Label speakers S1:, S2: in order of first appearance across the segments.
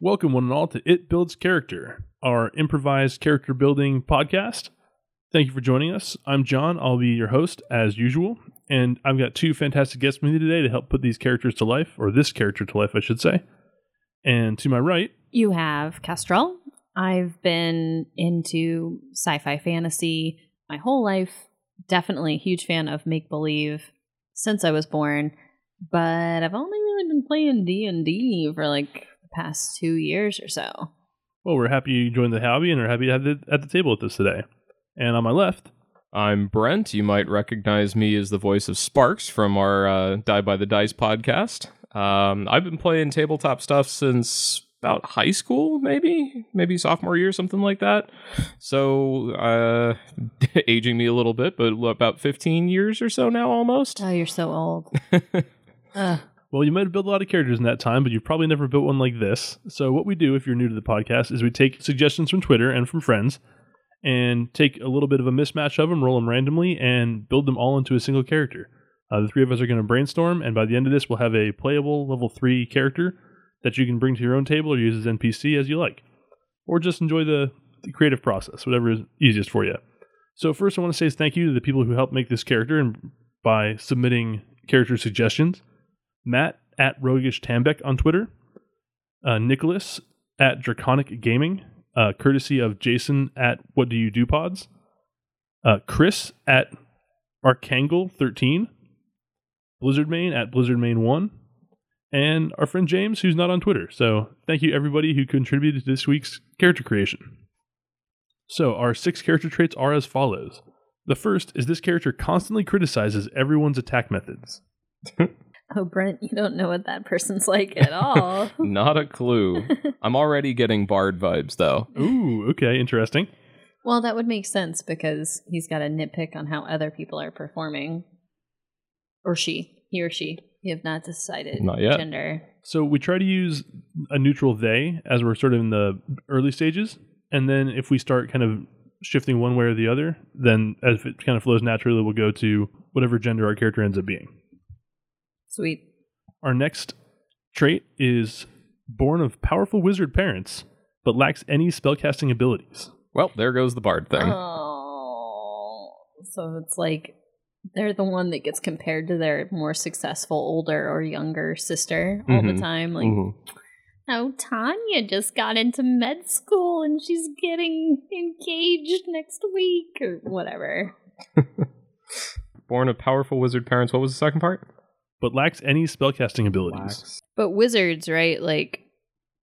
S1: Welcome, one and all, to It Builds Character, our improvised character building podcast. Thank you for joining us. I'm John. I'll be your host as usual. And I've got two fantastic guests with me today to help put these characters to life, or this character to life, I should say. And to my right,
S2: You have Castrell. I've been into sci fi fantasy my whole life. Definitely a huge fan of make believe since I was born, but I've only really been playing D and D for like the past two years or so.
S1: well, we're happy you joined the hobby and are happy to have it at the table with us today. And on my left,
S3: I'm Brent. You might recognize me as the voice of Sparks from our uh, Die by the Dice podcast. Um, I've been playing tabletop stuff since about high school, maybe, maybe sophomore year, something like that. So, uh, aging me a little bit, but about 15 years or so now almost.
S2: Oh, you're so old. Ugh.
S1: Well, you might have built a lot of characters in that time, but you've probably never built one like this. So, what we do if you're new to the podcast is we take suggestions from Twitter and from friends and take a little bit of a mismatch of them, roll them randomly, and build them all into a single character. Uh, the three of us are going to brainstorm, and by the end of this, we'll have a playable level three character that you can bring to your own table or use as NPC as you like, or just enjoy the, the creative process, whatever is easiest for you. So, first, I want to say thank you to the people who helped make this character and by submitting character suggestions. Matt at Roguish Tambeck on Twitter, uh, Nicholas at Draconic Gaming, uh, courtesy of Jason at What Do You Do Pods, uh, Chris at Arcangle13, Blizzard Main at Blizzard Main 1, and our friend James, who's not on Twitter. So thank you, everybody who contributed to this week's character creation. So, our six character traits are as follows. The first is this character constantly criticizes everyone's attack methods.
S2: Oh, Brent, you don't know what that person's like at all.
S3: Not a clue. I'm already getting Bard vibes, though.
S1: Ooh, okay, interesting.
S2: well, that would make sense because he's got a nitpick on how other people are performing. Or she. He or she. You have not decided
S3: Not yet.
S2: gender.
S1: So we try to use a neutral they as we're sort of in the early stages, and then if we start kind of shifting one way or the other, then as it kind of flows naturally, we'll go to whatever gender our character ends up being.
S2: Sweet.
S1: Our next trait is born of powerful wizard parents, but lacks any spellcasting abilities.
S3: Well, there goes the Bard thing.
S2: Oh, so it's like they're the one that gets compared to their more successful older or younger sister all
S3: Mhm.
S2: the time. Like,
S3: Mhm.
S2: oh, Tanya just got into med school and she's getting engaged next week or whatever.
S3: Born of powerful wizard parents. What was the second part?
S1: But lacks any spellcasting abilities.
S2: But wizards, right? Like,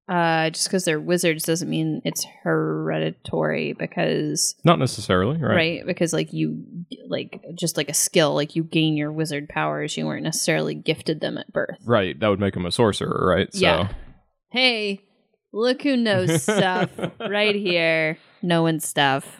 S2: uh, just because they're wizards doesn't mean it's hereditary because
S3: Not necessarily,
S2: right. because like you like just like a skill like you gain your wizard powers you weren't necessarily gifted them at birth
S3: Right, that would make him a sorcerer, right?
S2: Yeah. hey look who knows stuff right here knowing stuff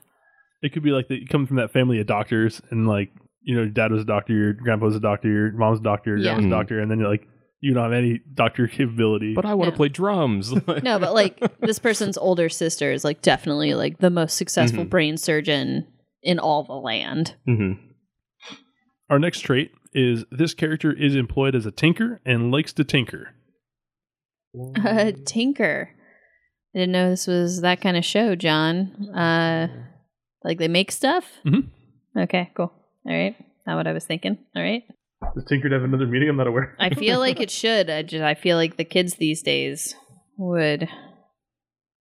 S1: It could be like that you come from that family of doctors, and like you know, your dad was a doctor, your grandpa was a doctor, your mom's a doctor, your
S2: Yeah.
S1: grandma's a
S3: Mhm.
S1: doctor, and then you're like you don't have any doctor capability.
S3: But I want to
S2: No.
S3: play drums.
S2: no but like this person's older sister is like definitely like the most successful
S3: Mhm.
S2: brain surgeon in all the land
S3: Mhm.
S1: Our next trait is this character is employed as a tinker and likes to tinker.
S2: uh,
S3: Mm-hmm.
S2: tinker i didn't know this was that kind of show john uh like they make stuff
S1: Mhm.
S3: Mm-hmm.
S2: okay cool all right not what i was thinking all right
S1: Does tinkered have another meaning? I'm not aware.
S2: I feel like it should. I just I feel like the kids these days would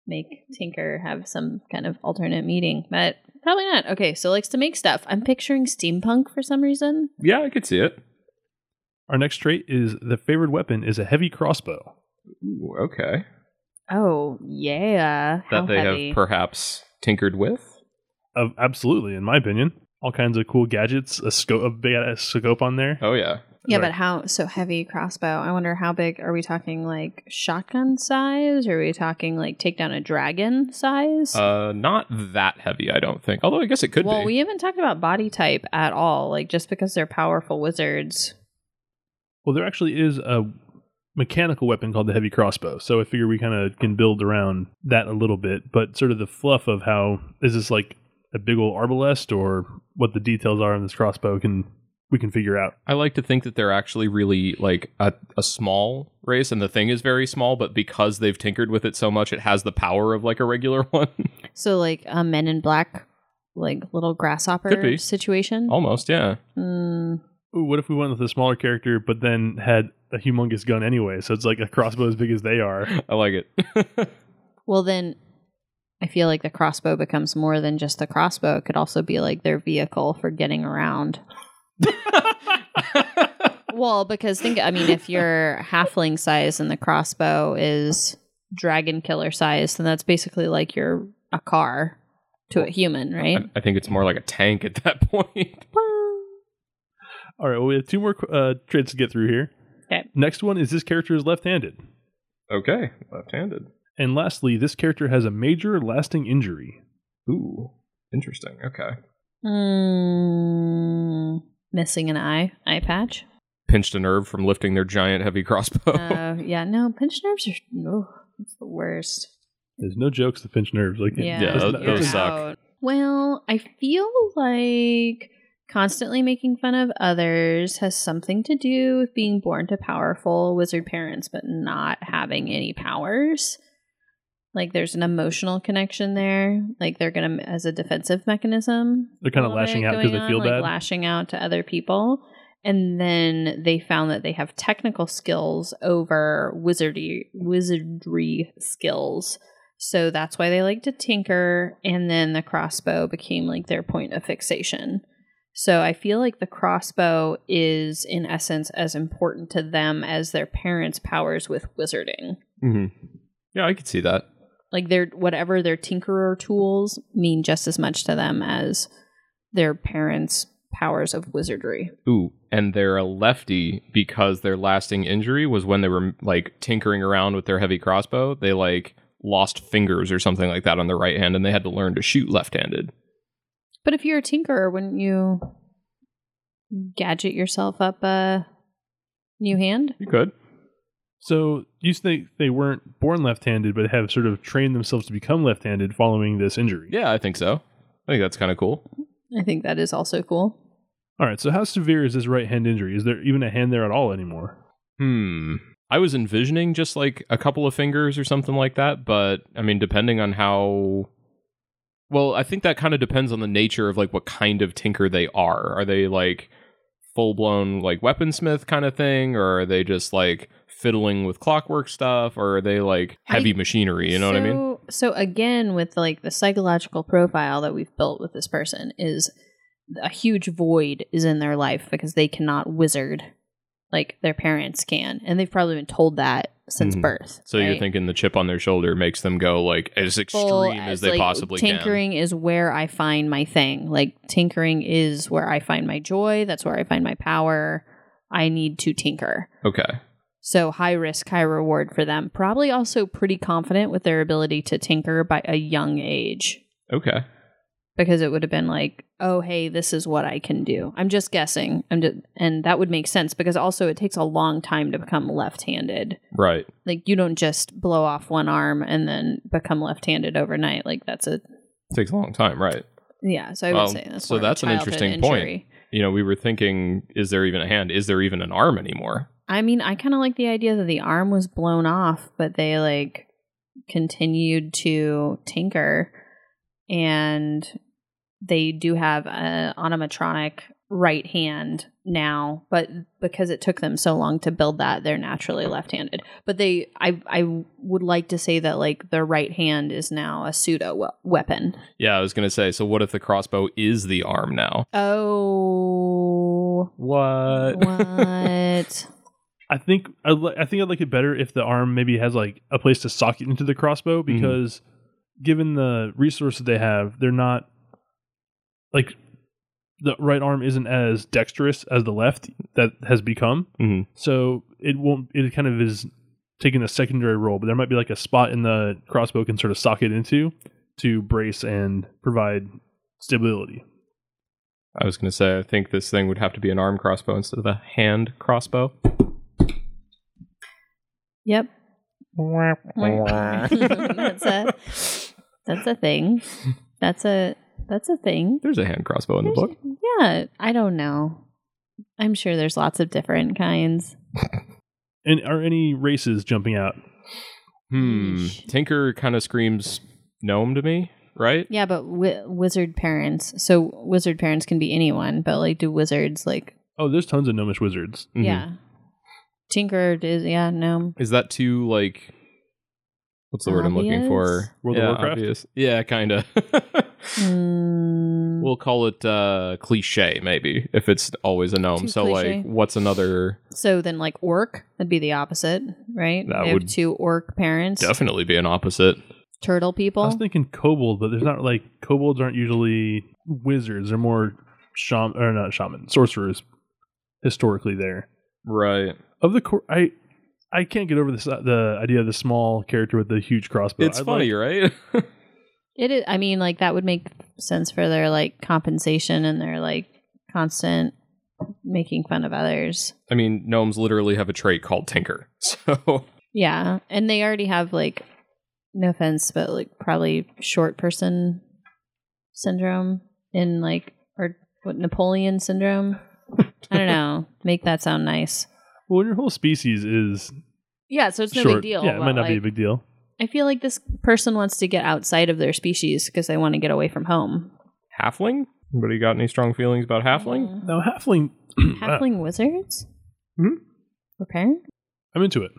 S2: make Tinker have some kind of alternate meeting, but probably not. Okay, so likes to make stuff. I'm picturing steampunk for some reason.
S3: yeah, I could see it.
S1: Our next trait is the favored weapon is a heavy crossbow.
S3: Ooh, okay,
S2: Oh yeah,
S3: that they have perhaps tinkered with.
S1: Of absolutely, in my opinion, all kinds of cool gadgets, a scope, a big ass scope on there.
S3: Oh yeah,
S2: yeah,
S1: Right.
S2: but how so heavy crossbow? I wonder how big are we talking? Like shotgun size? Are we talking like take down a dragon size?
S3: uh, not that heavy, I don't think. Although I guess it could
S2: well,
S3: be.
S2: we haven't talked about body type at all. Like just because they're powerful wizards,
S1: Well, there actually is a mechanical weapon called the heavy crossbow, so I figure we kind of can build around that a little bit. But sort of the fluff of how is this like a big old arbalest or what the details are on this crossbow can we can figure out.
S3: I like to think that they're actually really like a, a small race, and the thing is very small, but because they've tinkered with it so much, it has the power of like a regular one.
S2: So like a Men in Black, like little
S3: Could
S2: grasshopper
S3: be. Oh.
S2: situation.
S3: Almost, yeah.
S2: Mm,
S1: Ooh, what if we went with a smaller character, but then had a humongous gun anyway? So it's like a crossbow as big as they are.
S3: I like it.
S2: well then, I feel like the crossbow becomes more than just the crossbow. It could also be like their vehicle for getting around. Well, because think I mean, if you're halfling size and the crossbow is dragon killer size, then that's basically like you're a car
S3: Oh,
S2: to a human, right?
S3: I, I think it's more like a tank at that point.
S1: All right, well, we have two more uh, traits to get through here.
S2: Okay.
S1: Next one is this character is left handed.
S3: Okay, left-handed.
S1: And lastly, this character has a major lasting injury.
S3: Ooh, interesting. Okay,
S2: Mm, missing an eye, eye patch.
S3: pinched a nerve from lifting their giant heavy crossbow.
S2: Uh, yeah, no, pinch nerves are no, it's the worst.
S1: There's no jokes to pinch nerves. Like
S2: Yeah,
S3: Yeah,
S1: that's
S3: tho-
S1: not-
S2: you're
S3: those suck.
S2: out. Well, I feel like constantly making fun of others has something to do with being born to powerful wizard parents but not having any powers. Like there's an emotional connection there. Like they're gonna as a defensive mechanism.
S1: They're kinda
S2: a little
S1: lashing
S2: bit
S1: out 'cause
S2: going
S1: they feel
S2: on, like
S1: bad.
S2: lashing out to other people. And then they found that they have technical skills over wizardy wizardry skills. So that's why they like to tinker. And then the crossbow became like their point of fixation. So I feel like the crossbow is, in essence, as important to them as their parents' powers with wizarding.
S3: hmm Yeah, I could see that.
S2: Like their whatever their tinkerer tools mean just as much to them as their parents' powers of wizardry.
S3: Ooh, and they're a lefty because their lasting injury was when they were like tinkering around with their heavy crossbow. They like lost fingers or something like that on their right hand, and they had to learn to shoot left-handed.
S2: But if you're a tinkerer, wouldn't you gadget yourself up a new hand?
S3: You could.
S1: So you think they weren't born left handed, but have sort of trained themselves to become left handed following this injury.
S3: Yeah, I think so. I think that's kind of cool.
S2: I think that is also cool.
S1: All right, so how severe is this right hand injury? Is there even a hand there at all anymore?
S3: Hmm. I was envisioning just like a couple of fingers or something like that, but I mean, depending on how. Well, I think that kind of depends on the nature of like what kind of tinker they are. Are they like full blown like weaponsmith kind of thing, or are they just like fiddling with clockwork stuff, or are they like heavy
S2: I-
S3: machinery? You know what I mean?
S2: So- So again, with like the psychological profile that we've built with this person is a huge void is in their life because they cannot wizard like their parents can, and they've probably been told that since
S3: Mhm.
S2: birth.
S3: So you're
S2: right?
S3: thinking the chip on their shoulder makes them go like as extreme
S2: Full
S3: as they
S2: like,
S3: possibly
S2: tinkering is where I find my thing. Like tinkering is where I find my joy. That's where I find my power. I need to tinker.
S3: can. Okay.
S2: So high risk, high reward for them. Probably also pretty confident with their ability to tinker by a young age
S3: Okay.
S2: because it would have been like, oh, hey, this is what I can do. I'm just guessing. I'm just, and that would make sense because also it takes a long time to become left handed.
S3: Right.
S2: Like you don't just blow off one arm and then become left handed overnight. Like that's a,
S3: Takes a long time. Right.
S2: yeah. So I would
S3: Well,
S2: say that's
S3: so
S2: more of a
S3: that's an
S2: childhood
S3: interesting point.
S2: injury.
S3: you know, we were thinking, is there even a hand? Is there even an arm anymore?
S2: I mean, I kind of like the idea that the arm was blown off, but they like continued to tinker and they do have an automatronic right hand now, but because it took them so long to build that, they're naturally left-handed. But they I I would like to say that like the right hand is now a pseudo we- weapon.
S3: Yeah, I was going to say, so what if the crossbow is the arm now?
S2: Oh.
S3: What?
S2: What?
S1: I think I'd li- I think I'd like it better if the arm maybe has like a place to socket into the crossbow because given the resource that they have, they're not like the right arm isn't as dexterous as the left that has become.
S3: Mhm.
S1: So it won't it kind of is taking a secondary role, but there might be like a spot in the crossbow can sort of socket into to brace and provide stability.
S3: I was going to say, I think this thing would have to be an arm crossbow instead of a hand crossbow.
S2: yep. That's a- That's a thing. That's a that's a thing.
S3: There's a hand crossbow in the book.
S2: Yeah, I don't know. I'm sure there's lots of different kinds.
S1: And are any races jumping out?
S3: Hmm.
S2: Yeesh.
S3: Tinker kind of screams gnome to me, right?
S2: Yeah, but wi- wizard parents. So wizard parents can be anyone, but like, do wizards like?
S1: Oh, there's tons of gnomish wizards.
S3: Mhm.
S2: Yeah. Tinker is yeah no.
S3: Mm-hmm. Is that too like? What's the word I'm looking
S2: Obvious? Hmm.
S3: for?
S1: World of
S3: yeah,
S1: Warcraft?
S3: obvious. Yeah, kind of.
S2: Mm,
S3: we'll call it uh cliche, maybe, if it's always a gnome.
S2: Too
S3: so,
S2: cliche.
S3: like, what's another?
S2: so then like orc would be the opposite, right?
S3: That
S2: They have
S3: would-
S2: two orc parents.
S3: Definitely be an opposite.
S2: Turtle
S1: I
S2: people.
S1: was thinking kobold, but there's not like kobolds aren't usually wizards. They're more shaman or not shaman sorcerers historically. There
S3: Right.
S1: of the cor- I I can't get over this uh, the idea of the small character with the huge crossbow.
S3: it's
S1: I'd
S3: funny,
S1: like-
S3: right?
S2: It is. I mean, like that would make sense for their like compensation and their like constant making fun of others.
S3: I mean, gnomes literally have a trait called tinker. So,
S2: Yeah, and they already have like, no offense, but like probably short person syndrome in like or what Napoleon syndrome. I don't know. Make that sound nice.
S1: well, your whole species is
S2: Yeah, so it's no
S1: short.
S2: big deal.
S1: Yeah, it might
S2: but,
S1: not be a
S2: like,
S1: big deal.
S2: I feel like this person wants to get outside of their species because they want to get away from home.
S3: halfling? Anybody got any strong feelings about halfling?
S1: Now halfling, uh,
S2: Halfling wizards?
S1: Hmm?
S2: Repair?
S1: I'm into it.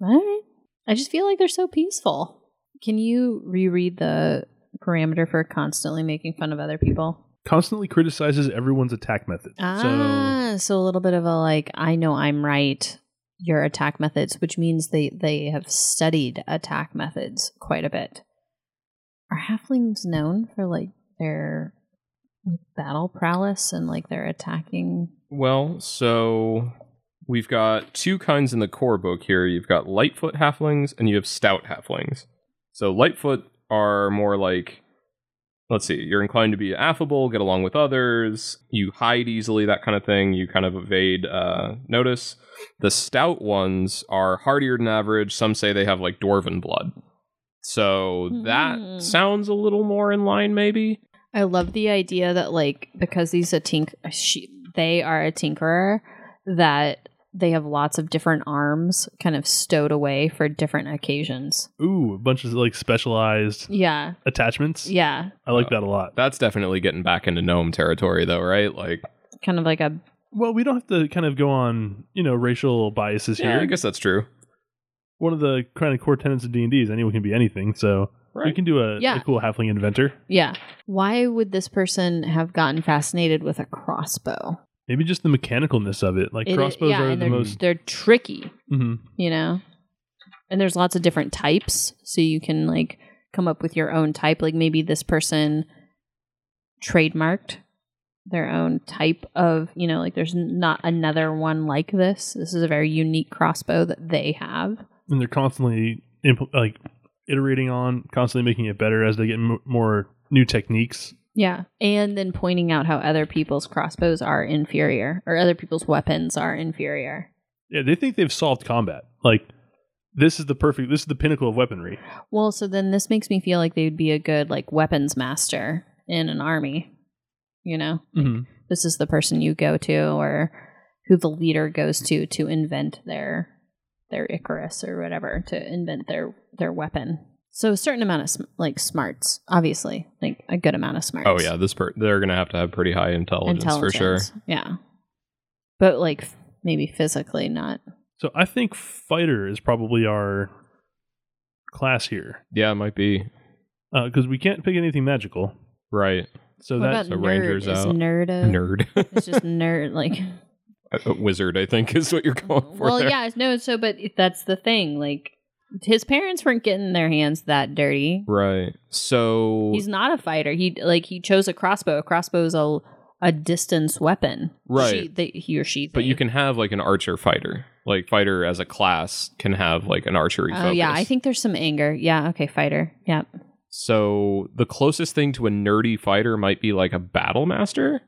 S2: All right. I just feel like they're so peaceful. Can you reread the parameter for constantly making fun of other people?
S1: Constantly criticizes everyone's attack method.
S2: Ah, so, a little bit of a like, I know I'm right, your attack methods, which means they, they have studied attack methods quite a bit. Are halflings known for like their like battle prowess and like their attacking?
S3: Well, so we've got two kinds in the core book here. You've got Lightfoot halflings and you have stout halflings. So Lightfoot are more like let's see, you're inclined to be affable, get along with others, you hide easily, that kind of thing, you kind of evade uh, notice. The stout ones are hardier than average. Some say they have like dwarven blood. So
S2: Mm.
S3: that sounds a little more in line, maybe.
S2: I love the idea that like because he's a tink, she, they are a tinkerer that they have lots of different arms kind of stowed away for different occasions.
S1: So, ooh, a bunch of like specialized
S2: Yeah,
S1: attachments.
S2: yeah,
S1: I like that a lot.
S3: That's definitely getting back into gnome territory, though, right? Like,
S2: kind of like a
S1: Well, we don't have to kind of go on, you know, racial biases
S3: yeah,
S1: here.
S3: I guess that's true.
S1: One of the kind of core tenets of D and D is anyone can be anything. So we can do a, a
S2: Yeah.
S1: cool halfling inventor.
S2: yeah. Why would this person have gotten fascinated with a crossbow?
S1: Maybe just the mechanicalness of it. Like
S2: It-
S1: crossbows
S2: yeah,
S1: are
S2: and
S1: the
S2: they're,
S1: most.
S2: they're tricky,
S1: Mhm.
S2: you know. And there's lots of different types, so you can like come up with your own type. Like maybe this person trademarked their own type of, you know, like there's not another one like this. This is a very unique crossbow that they have.
S1: and they're constantly impl- like iterating on, constantly making it better as they get m- more new techniques.
S2: Yeah. And then pointing out how other people's crossbows are inferior or other people's weapons are inferior.
S1: Yeah, they think they've solved combat. Like this is the perfect. This is the pinnacle of weaponry.
S2: Well, so then this makes me feel like they'd be a good like weapons master in an army, you know?
S1: Mhm.
S2: this is the person you go to or who the leader goes to to invent their their Icarus or whatever to invent their their weapon. So a certain amount of sm- like smarts, obviously, like a good amount of smarts.
S3: Oh yeah, this per- they're gonna have to have pretty high intelligence, for sure.
S2: Intelligence, Yeah, but like f- maybe physically not.
S1: So I think fighter is probably our class here
S3: Yeah, it might be
S1: because we can't pick anything magical.
S3: right.
S1: So
S2: what
S1: that's
S2: about
S3: so
S2: nerd?
S3: Ranger's
S2: is
S3: out.
S2: nerd a,
S3: Nerd,
S2: It's just nerd like.
S3: A wizard, I think is what you're going for.
S2: well,
S3: there.
S2: yeah, no. So, but that's the thing. Like, his parents weren't getting their hands that dirty.
S3: Right. So
S2: He's not a fighter. He like he chose a crossbow. A crossbow is a a distance weapon.
S3: Right.
S2: She, they, he or she.
S3: but
S2: they-
S3: you can have like an archer fighter. Like fighter as a class can have like an archery
S2: Oh
S3: focus.
S2: yeah, I think there's some anger. Yeah. Okay, fighter. Yeah.
S3: so the closest thing to a nerdy fighter might be like a battle master.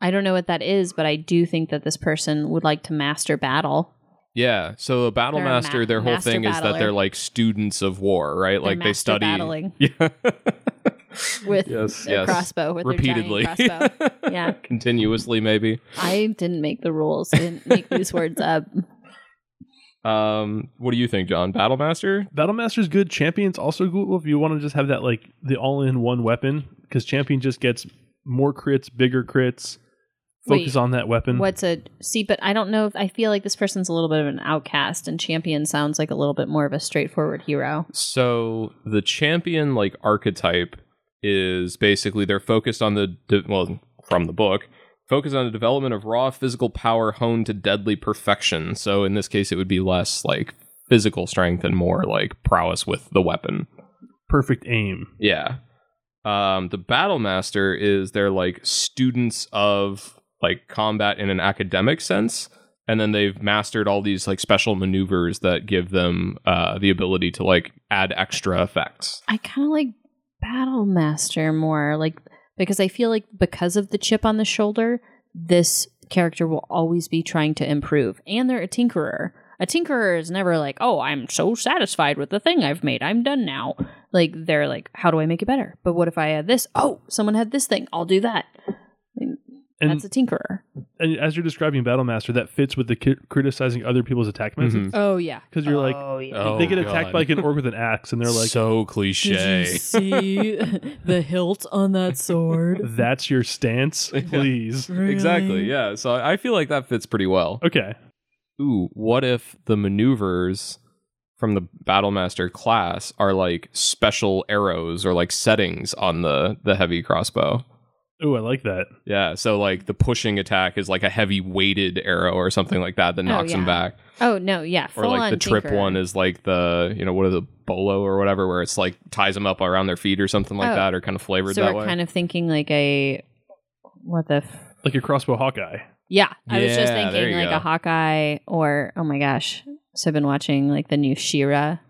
S2: I don't know what that is, but I do think that this person would like to master battle.
S3: Yeah. So a battle
S2: They're a ma-
S3: master, their whole
S2: master
S3: thing is that
S2: battler.
S3: they're like students of war, right?
S2: They're
S3: like they
S2: master
S3: study
S2: battling.
S3: Yeah.
S2: with
S3: Yes,
S2: their
S3: yes.
S2: crossbow, with
S3: repeatedly,
S2: their giant crossbow. Yeah.
S3: continuously maybe.
S2: I didn't make the rules. I didn't make these words up.
S3: Um, what do you think, John? Battlemaster?
S1: Battlemaster's good. Champion's also good if you want to just have that like the all-in-one weapon because champion just gets more crits, bigger crits. Focus
S2: Wait,
S1: on that weapon.
S2: What's a see? But I don't know. if I feel like this person's a little bit of an outcast, and champion sounds like a little bit more of a straightforward hero.
S3: So the champion like archetype is basically they're focused on the de- well from the book focused on the development of raw physical power honed to deadly perfection. So in this case, it would be less like physical strength and more like prowess with the weapon.
S1: Perfect aim.
S3: Yeah. Um, the Battlemaster is they're like students of like combat in an academic sense, and then they've mastered all these like special maneuvers that give them uh, the ability to like add extra effects.
S2: I kind of like Battle Master more, like because I feel like because of the chip on the shoulder, this character will always be trying to improve, and they're a tinkerer. A tinkerer is never like, "Oh, I'm so satisfied with the thing I've made. I'm done now." Like they're like, "How do I make it better?" But what if I had this? Oh, someone had this thing. I'll do that.
S1: And,
S2: That's a tinkerer.
S1: and as you're describing Battlemaster, that fits with the ki- criticizing other people's attack methods
S2: Oh yeah.
S1: because you're like
S3: Mm-hmm. Oh,
S1: they get attacked
S3: God.
S1: by like, an orc with an axe, and they're like,
S3: so cliche.
S2: see the hilt on that sword?
S1: "That's your stance, please."
S3: Exactly. Yeah. So I I feel like that fits pretty well.
S1: Okay,
S3: ooh, what if the maneuvers from the Battlemaster class are like special arrows or like settings on the the heavy crossbow?
S1: Oh, I like that.
S3: Yeah, so like the pushing attack is like a heavy weighted arrow or something like that
S2: Oh,
S3: that knocks him
S2: yeah.
S3: back,
S2: Oh no, yeah.
S3: or
S2: full
S3: like
S2: on
S3: the trip
S2: tinkerer.
S3: one is like the you know what are the bolo or whatever where it's like ties them up around their feet or something like
S2: Oh.
S3: that or kind of flavored
S2: so
S3: that
S2: we're
S3: way.
S2: kind of thinking like a what the f-
S1: Like a crossbow Hawkeye.
S2: yeah i was just
S3: Yeah, there
S2: thinking
S3: you
S2: like
S3: go.
S2: a hawkeye or oh my gosh so i've been watching like the new shira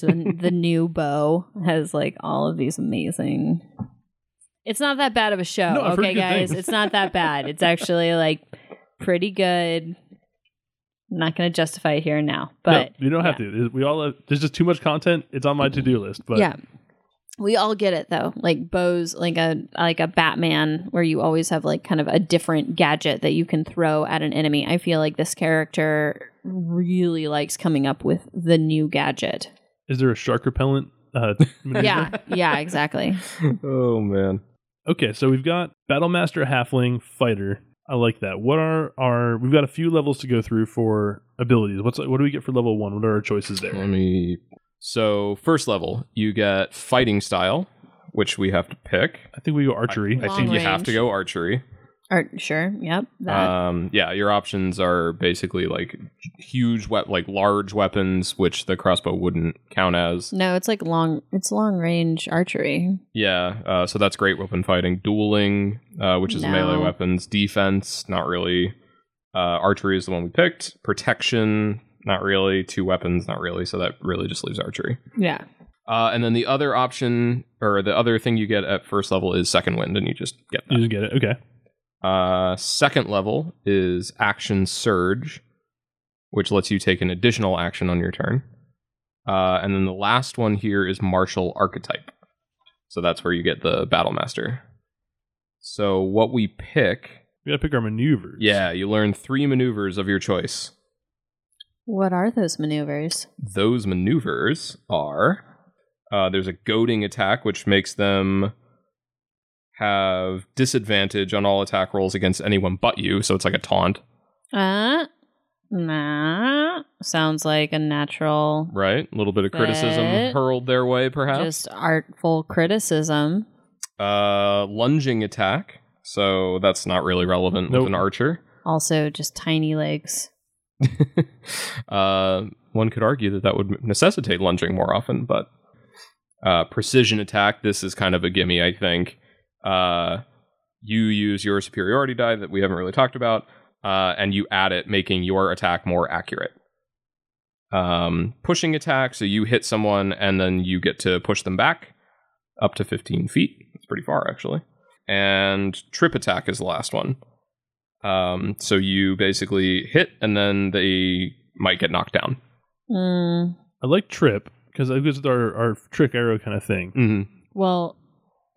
S2: the, the new bow has like all of these amazing it's not that bad of a show
S1: No, I've heard
S2: okay
S1: good
S2: guys
S1: things.
S2: it's not that bad it's actually like pretty good I'm not going to justify it here and now but
S1: no, you don't have to. We all have, there's just too much content. It's on my to do list, but
S2: yeah we all get it though like bows like a like a batman where you always have like kind of a different gadget that you can throw at an enemy i feel like this character really likes coming up with the new gadget
S1: is there a shark repellent? Uh, maneuver?
S2: yeah yeah exactly
S3: oh man.
S1: Okay, so we've got Battlemaster, Halfling, Fighter. I like that. What are our? We've got a few levels to go through for abilities. What's what do we get for level one? What are our choices
S3: Let
S1: there?
S3: me So, first level, you get fighting style, which we have to pick.
S1: I think we go archery.
S3: I
S2: Long
S3: think you have
S2: range.
S3: to go archery.
S2: or sure yep that
S3: Um, yeah, your options are basically like huge, we- like large weapons, which the crossbow wouldn't count as.
S2: no it's like long it's long range archery
S3: Yeah, uh, so that's great weapon fighting. Dueling, uh, which is
S2: No.
S3: melee weapons. Defense, not really. Uh, archery is the one we picked. Protection, not really. Two weapons, not really. So that really just leaves archery.
S2: yeah
S3: Uh, and then the other option, or the other thing you get at first level is second wind, and you just get that.
S1: You didn't get it. Okay.
S3: Uh, second level is action surge, which lets you take an additional action on your turn. Uh, and then the last one here is martial archetype. So that's where you get the battle master. So what we pick,
S1: We got to pick our maneuvers.
S3: yeah, you learn three maneuvers of your choice.
S2: what are those maneuvers
S3: Those maneuvers are uh, there's a goading attack, which makes them have disadvantage on all attack rolls against anyone but you. So it's like a taunt,
S2: uh nah sounds like a natural
S3: right? A little bit of criticism
S2: But-
S3: hurled their way, perhaps.
S2: just artful criticism
S3: uh, lunging attack. So that's not really relevant
S1: Nope.
S3: with an archer.
S2: also just tiny legs.
S3: uh, one could argue that that would necessitate lunging more often, but uh, precision attack. This is kind of a gimme, I think. Uh, you use your superiority die that we haven't really talked about, uh, and you add it, making your attack more accurate. Um, pushing attack. So you hit someone, and then you get to push them back up to 15 feet. It's pretty far, actually. And trip attack is the last one. Um, so you basically hit, and then they might get knocked down.
S2: Mm,
S1: I like trip because I guess it's our our trick arrow kind of thing.
S3: Mm-hmm.
S2: Well,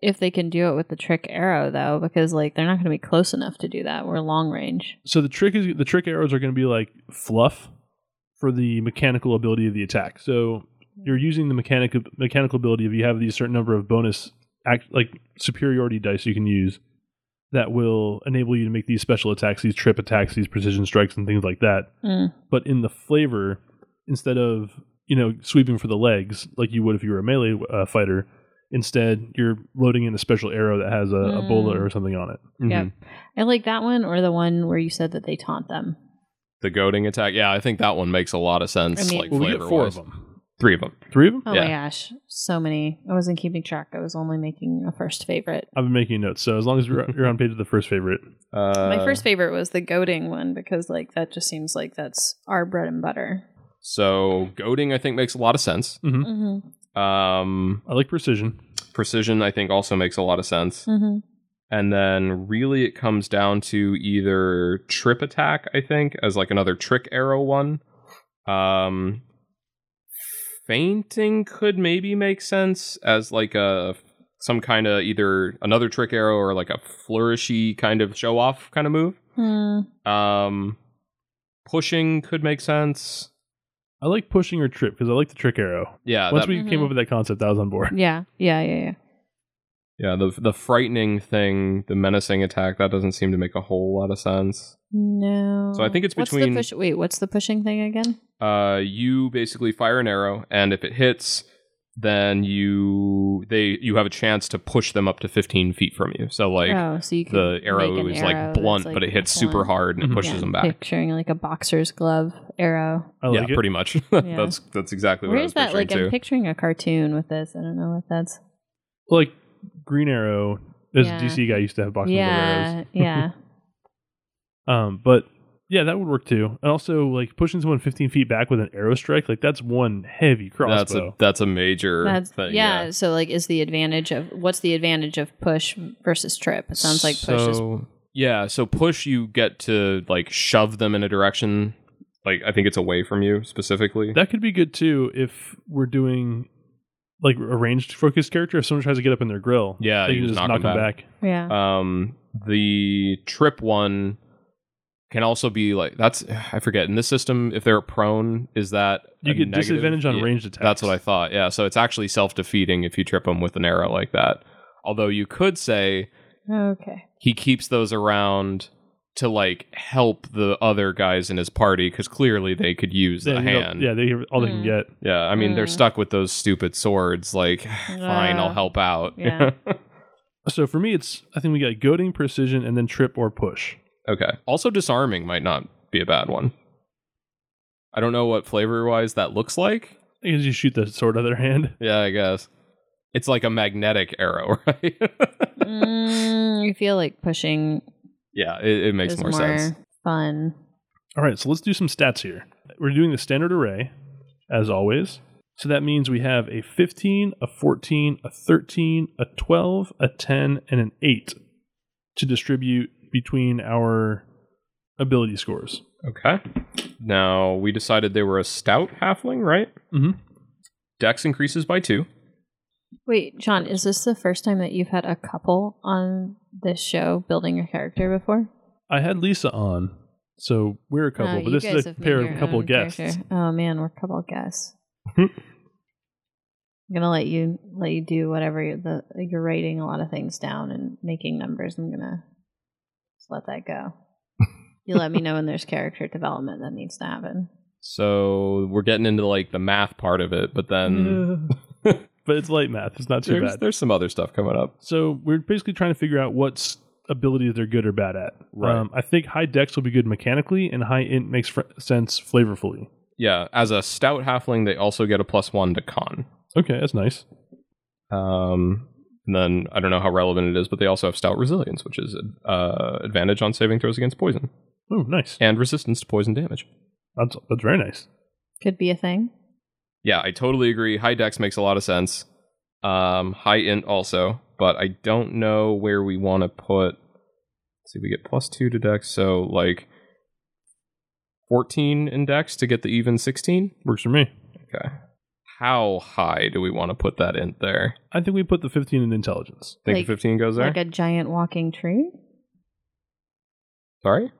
S2: if they can do it with the trick arrow though, because like they're not going to be close enough to do that. We're long range.
S1: So the trick is the trick arrows are going to be like fluff for the mechanical ability of the attack. So you're using the mechanic mechanical ability if you have these certain number of bonus act like superiority dice you can use that will enable you to make these special attacks, these trip attacks, these precision strikes and things like that.
S2: Mm.
S1: But in the flavor, instead of you know sweeping for the legs like you would if you were a melee uh, fighter, instead you're loading in a special arrow that has a, a bola
S2: Mm.
S1: or something on it.
S2: Yep. I like that one or the one where you said that they taunt them.
S3: The goading attack. Yeah, I think that one makes a lot of sense.
S2: I mean-
S3: like
S1: Well, we
S3: flavor
S1: get four
S3: wise.
S1: of them.
S3: Three of them.
S1: Three of them.
S2: Oh my
S3: Yeah.
S2: gosh, so many. I wasn't keeping track. I was only making a first favorite.
S1: I've been making notes, so as long as you're you're on page of the first favorite,
S3: Uh,
S2: My first favorite was the goading one because like that just seems like that's our bread and butter.
S3: So goading, I think, makes a lot of sense.
S2: Mm-hmm.
S3: Um,
S1: I like precision.
S3: precision, I think, also makes a lot of sense.
S2: Mm-hmm.
S3: And then really, it comes down to either trip attack, I think, as like another trick arrow one. Um, fainting could maybe make sense as like a some kind of either another trick arrow or like a flourishy kind of show off kind of move.
S2: Hmm.
S3: Um, pushing could make sense.
S1: I like pushing or trip because I like the trick arrow.
S3: Yeah,
S1: Once
S3: Uh, that-
S1: we came
S2: Mhm.
S1: up with that concept, I was on board.
S2: Yeah, yeah, yeah, yeah.
S3: yeah. The the frightening thing, the menacing attack, that doesn't seem to make a whole lot of sense.
S2: No.
S3: So I think it's
S2: What's
S3: between-
S2: The push- wait, what's the pushing thing again?
S3: Uh, you basically fire an arrow, and if it hits, then you they you have a chance to push them up to fifteen feet from you. So like
S2: oh, so you can
S3: the
S2: make
S3: arrow
S2: an
S3: is
S2: arrow
S3: like blunt,
S2: that's,
S3: but it
S2: like,
S3: hits super
S2: blunt.
S3: hard and
S1: Mhm.
S3: it pushes
S2: Yeah,
S3: them back.
S2: Picturing like a boxer's glove arrow.
S1: I like
S3: yeah,
S1: it.
S3: pretty much. That's that's exactly what I
S2: Where's
S3: was
S2: that? Like
S3: picturing too.
S2: I'm picturing a cartoon with this. I don't know what that's.
S1: like Green Arrow. As
S2: Yeah.
S1: a DC guy, used to have boxing arrows.
S2: yeah, yeah.
S1: Um, but yeah, that would work too. And also, like pushing someone 15 feet back with an arrow strike, like that's one heavy crossbow.
S3: that's a that's a major
S2: That's
S3: thing.
S2: yeah, So like, is the advantage of what's the advantage of push versus trip? It sounds like push is
S3: So- yeah so push you get to like shove them in a direction like i think it's away from you specifically
S1: that could be good too if we're doing like a ranged focused character. If someone tries to get up in their grill,
S3: Yeah,
S1: they
S3: you
S1: can
S3: just
S1: just knock,
S3: knock them
S1: them back.
S2: yeah.
S3: um the trip one can also be like that's i forget in this system if they're prone is that
S1: You
S3: a
S1: get
S3: negative?
S1: disadvantage on
S3: Yeah,
S1: ranged attacks.
S3: that's what i thought yeah so it's actually self-defeating if you trip them with an arrow like that although you could say
S2: okay.
S3: he keeps those around to like help the other guys in his party because clearly they could use
S1: yeah,
S3: the
S1: you know,
S3: hand
S1: yeah, they all they can
S2: Mm.
S1: get.
S3: Yeah, I mean they're
S2: Mm.
S3: stuck with those stupid swords. Like, fine, I'll
S2: Uh,
S3: help out.
S2: yeah.
S1: So for me, it's I think we got goading, precision, and then trip or push.
S3: okay. Also, disarming might not be a bad one. I don't know what flavor wise that looks like.
S1: I guess you shoot the sword out of their hand.
S3: Yeah, I guess it's like a magnetic arrow, right?
S2: mm, I feel like pushing
S3: yeah, it, it makes
S2: is
S3: more,
S2: more,
S3: sense.
S2: fun.
S1: All right, so let's do some stats here. We're doing the standard array, as always. So that means we have a 15, a 14, a 13, a 12, a 10, and an 8 to distribute between our ability scores.
S3: Okay. Now we decided they were a stout halfling, right?
S1: Mhm.
S3: Dex increases by two.
S2: Wait, John, is this the first time that you've had a couple on this show building a character before?
S1: I had Lisa on, so we're a couple,
S2: Oh,
S1: but
S2: you
S1: this
S2: guys
S1: is a
S2: have made
S1: pair
S2: your
S1: of couple
S2: own
S1: of guests. Hmm.
S2: character. Oh man, we're a couple of guests. I'm gonna let you let you do whatever you're, the you're writing a lot of things down and making numbers. I'm gonna just let that go. You let me know when there's character development that needs to happen.
S3: So we're getting into like the math part of it, but then
S1: But it's light math, it's not too
S3: there's,
S1: bad.
S3: there's some other stuff coming up.
S1: So we're basically trying to figure out what abilities they're good or bad at. Um,
S3: Right.
S1: I think high dex will be good mechanically, and high int makes fr- sense flavorfully.
S3: Yeah, as a stout halfling, they also get a plus one to con.
S1: Okay, that's nice.
S3: Um, and then I don't know how relevant it is, but they also have stout resilience, which is uh, advantage on saving throws against poison
S1: Oh, nice.
S3: and resistance to poison damage.
S1: That's that's very nice.
S2: Could be a thing.
S3: Yeah, I totally agree. High dex makes a lot of sense. Um, high int also, but I don't know where we want to put. Let's see, we get plus two to dex, so like fourteen in dex to get the even sixteen.
S1: Works for me.
S3: Okay. how high do we want to put that in there?
S1: I think we put the 15 in intelligence.
S3: Think
S2: Like-
S3: 15 goes there?
S2: Like a giant walking tree.
S3: Sorry?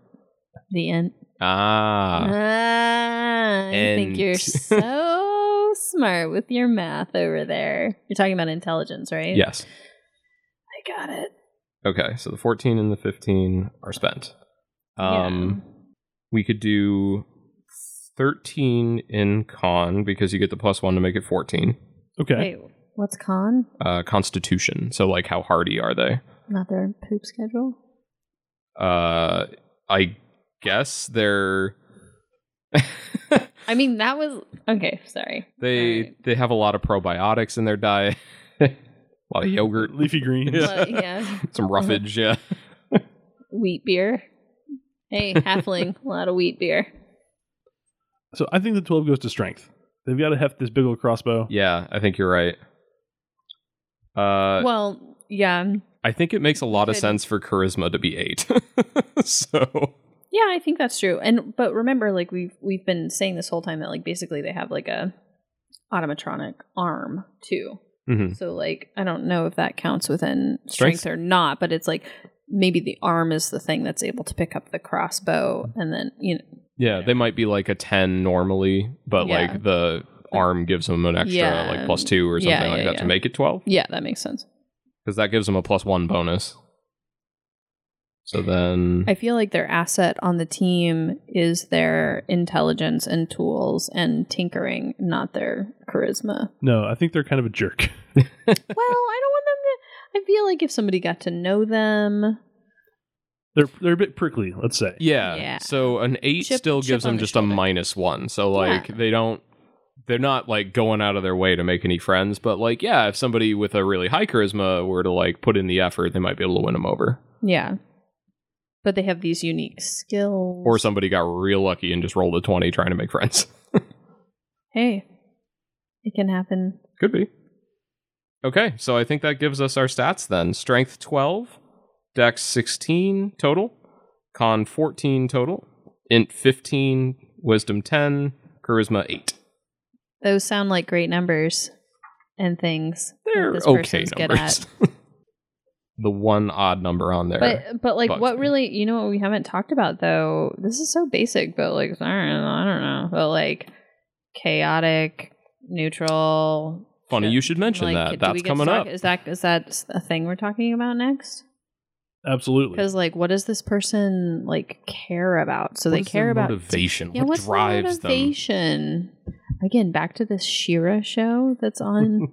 S2: The end.
S3: Ah.
S2: Ah, you think
S3: And-
S2: you're so smart with your math over there. You're talking about intelligence, right?
S3: Yes.
S2: I got it.
S3: Okay, so the 14 and the 15 are spent. Um
S2: Yeah.
S3: we could do 13 in con because you get the plus 1 to make it 14.
S1: Okay.
S2: Wait, what's con?
S3: Uh constitution. So like how hardy are they?
S2: Not their poop schedule?
S3: Uh I guess they're
S2: I mean, that was okay. Sorry.
S3: they
S2: All right.
S3: they have a lot of probiotics in their diet. a lot of yogurt,
S1: Er, Leafy greens.
S3: Yeah.
S2: Well, yeah.
S3: some roughage, yeah.
S2: Wheat beer. Hey, halfling, a lot of wheat beer.
S1: So I think the 12 goes to strength. They've got to heft this big old crossbow.
S3: Yeah, I think you're right. Uh,
S2: well, yeah,
S3: I think it makes a lot of
S2: Good.
S3: sense for charisma to be eight. so
S2: yeah, I think that's true. And but remember, like we've we've been saying this whole time that like basically they have like a automatronic arm too.
S3: Mhm.
S2: So like I don't know if that counts within strength
S3: Strength.
S2: or not, but it's like maybe the arm is the thing that's able to pick up the crossbow, and then you know,
S3: yeah, they might be like a ten normally, but
S2: Yeah.
S3: like the arm gives them an extra
S2: Yeah.
S3: like plus two or something
S2: Yeah,
S3: like
S2: yeah,
S3: that
S2: yeah.
S3: to make it twelve
S2: yeah, that makes sense.
S3: because that gives them a plus one bonus. So then,
S2: I feel like their asset on the team is their intelligence and tools and tinkering, not their charisma.
S1: No, I think they're kind of a jerk.
S2: well, I don't want them to. I feel like if somebody got to know them,
S1: They're they're a bit prickly, let's say.
S3: yeah,
S2: Yeah.
S3: so an eight
S2: Chip-
S3: still
S2: chip
S3: gives
S2: on
S3: them
S2: the
S3: just
S2: shoulder.
S3: a minus one. So like
S2: Yeah.
S3: they don't. They're not like going out of their way to make any friends, but like, yeah, if somebody with a really high charisma were to like put in the effort, they might be able to win them over.
S2: yeah. But they have these unique skills.
S3: or somebody got real lucky and just rolled a 20 trying to make friends.
S2: Hey, it can happen.
S3: Could be. Okay, so I think that gives us our stats then. Strength 12, dex 16 total, con 14 total, int 15, wisdom 10, charisma 8.
S2: Those sound like great numbers and things. that
S3: They're
S2: this
S3: okay
S2: person's good
S3: numbers. the one odd number on there.
S2: But but like
S3: bugs
S2: what
S3: me.
S2: really you know what we haven't talked about though this is so basic but like I don't know, I don't know but like chaotic neutral
S3: Funny you should mention
S2: like, do
S3: that.
S2: we
S3: That's
S2: get
S3: coming
S2: to
S3: up.
S2: talk- is that is that a thing we're talking about next
S1: Absolutely.
S2: because like what does this person like care about so they
S3: What is
S2: care
S3: their
S2: about
S3: motivation.
S2: yeah
S3: what
S2: what's
S3: drives
S2: the
S3: them?
S2: motivation again back to this Shira show that's on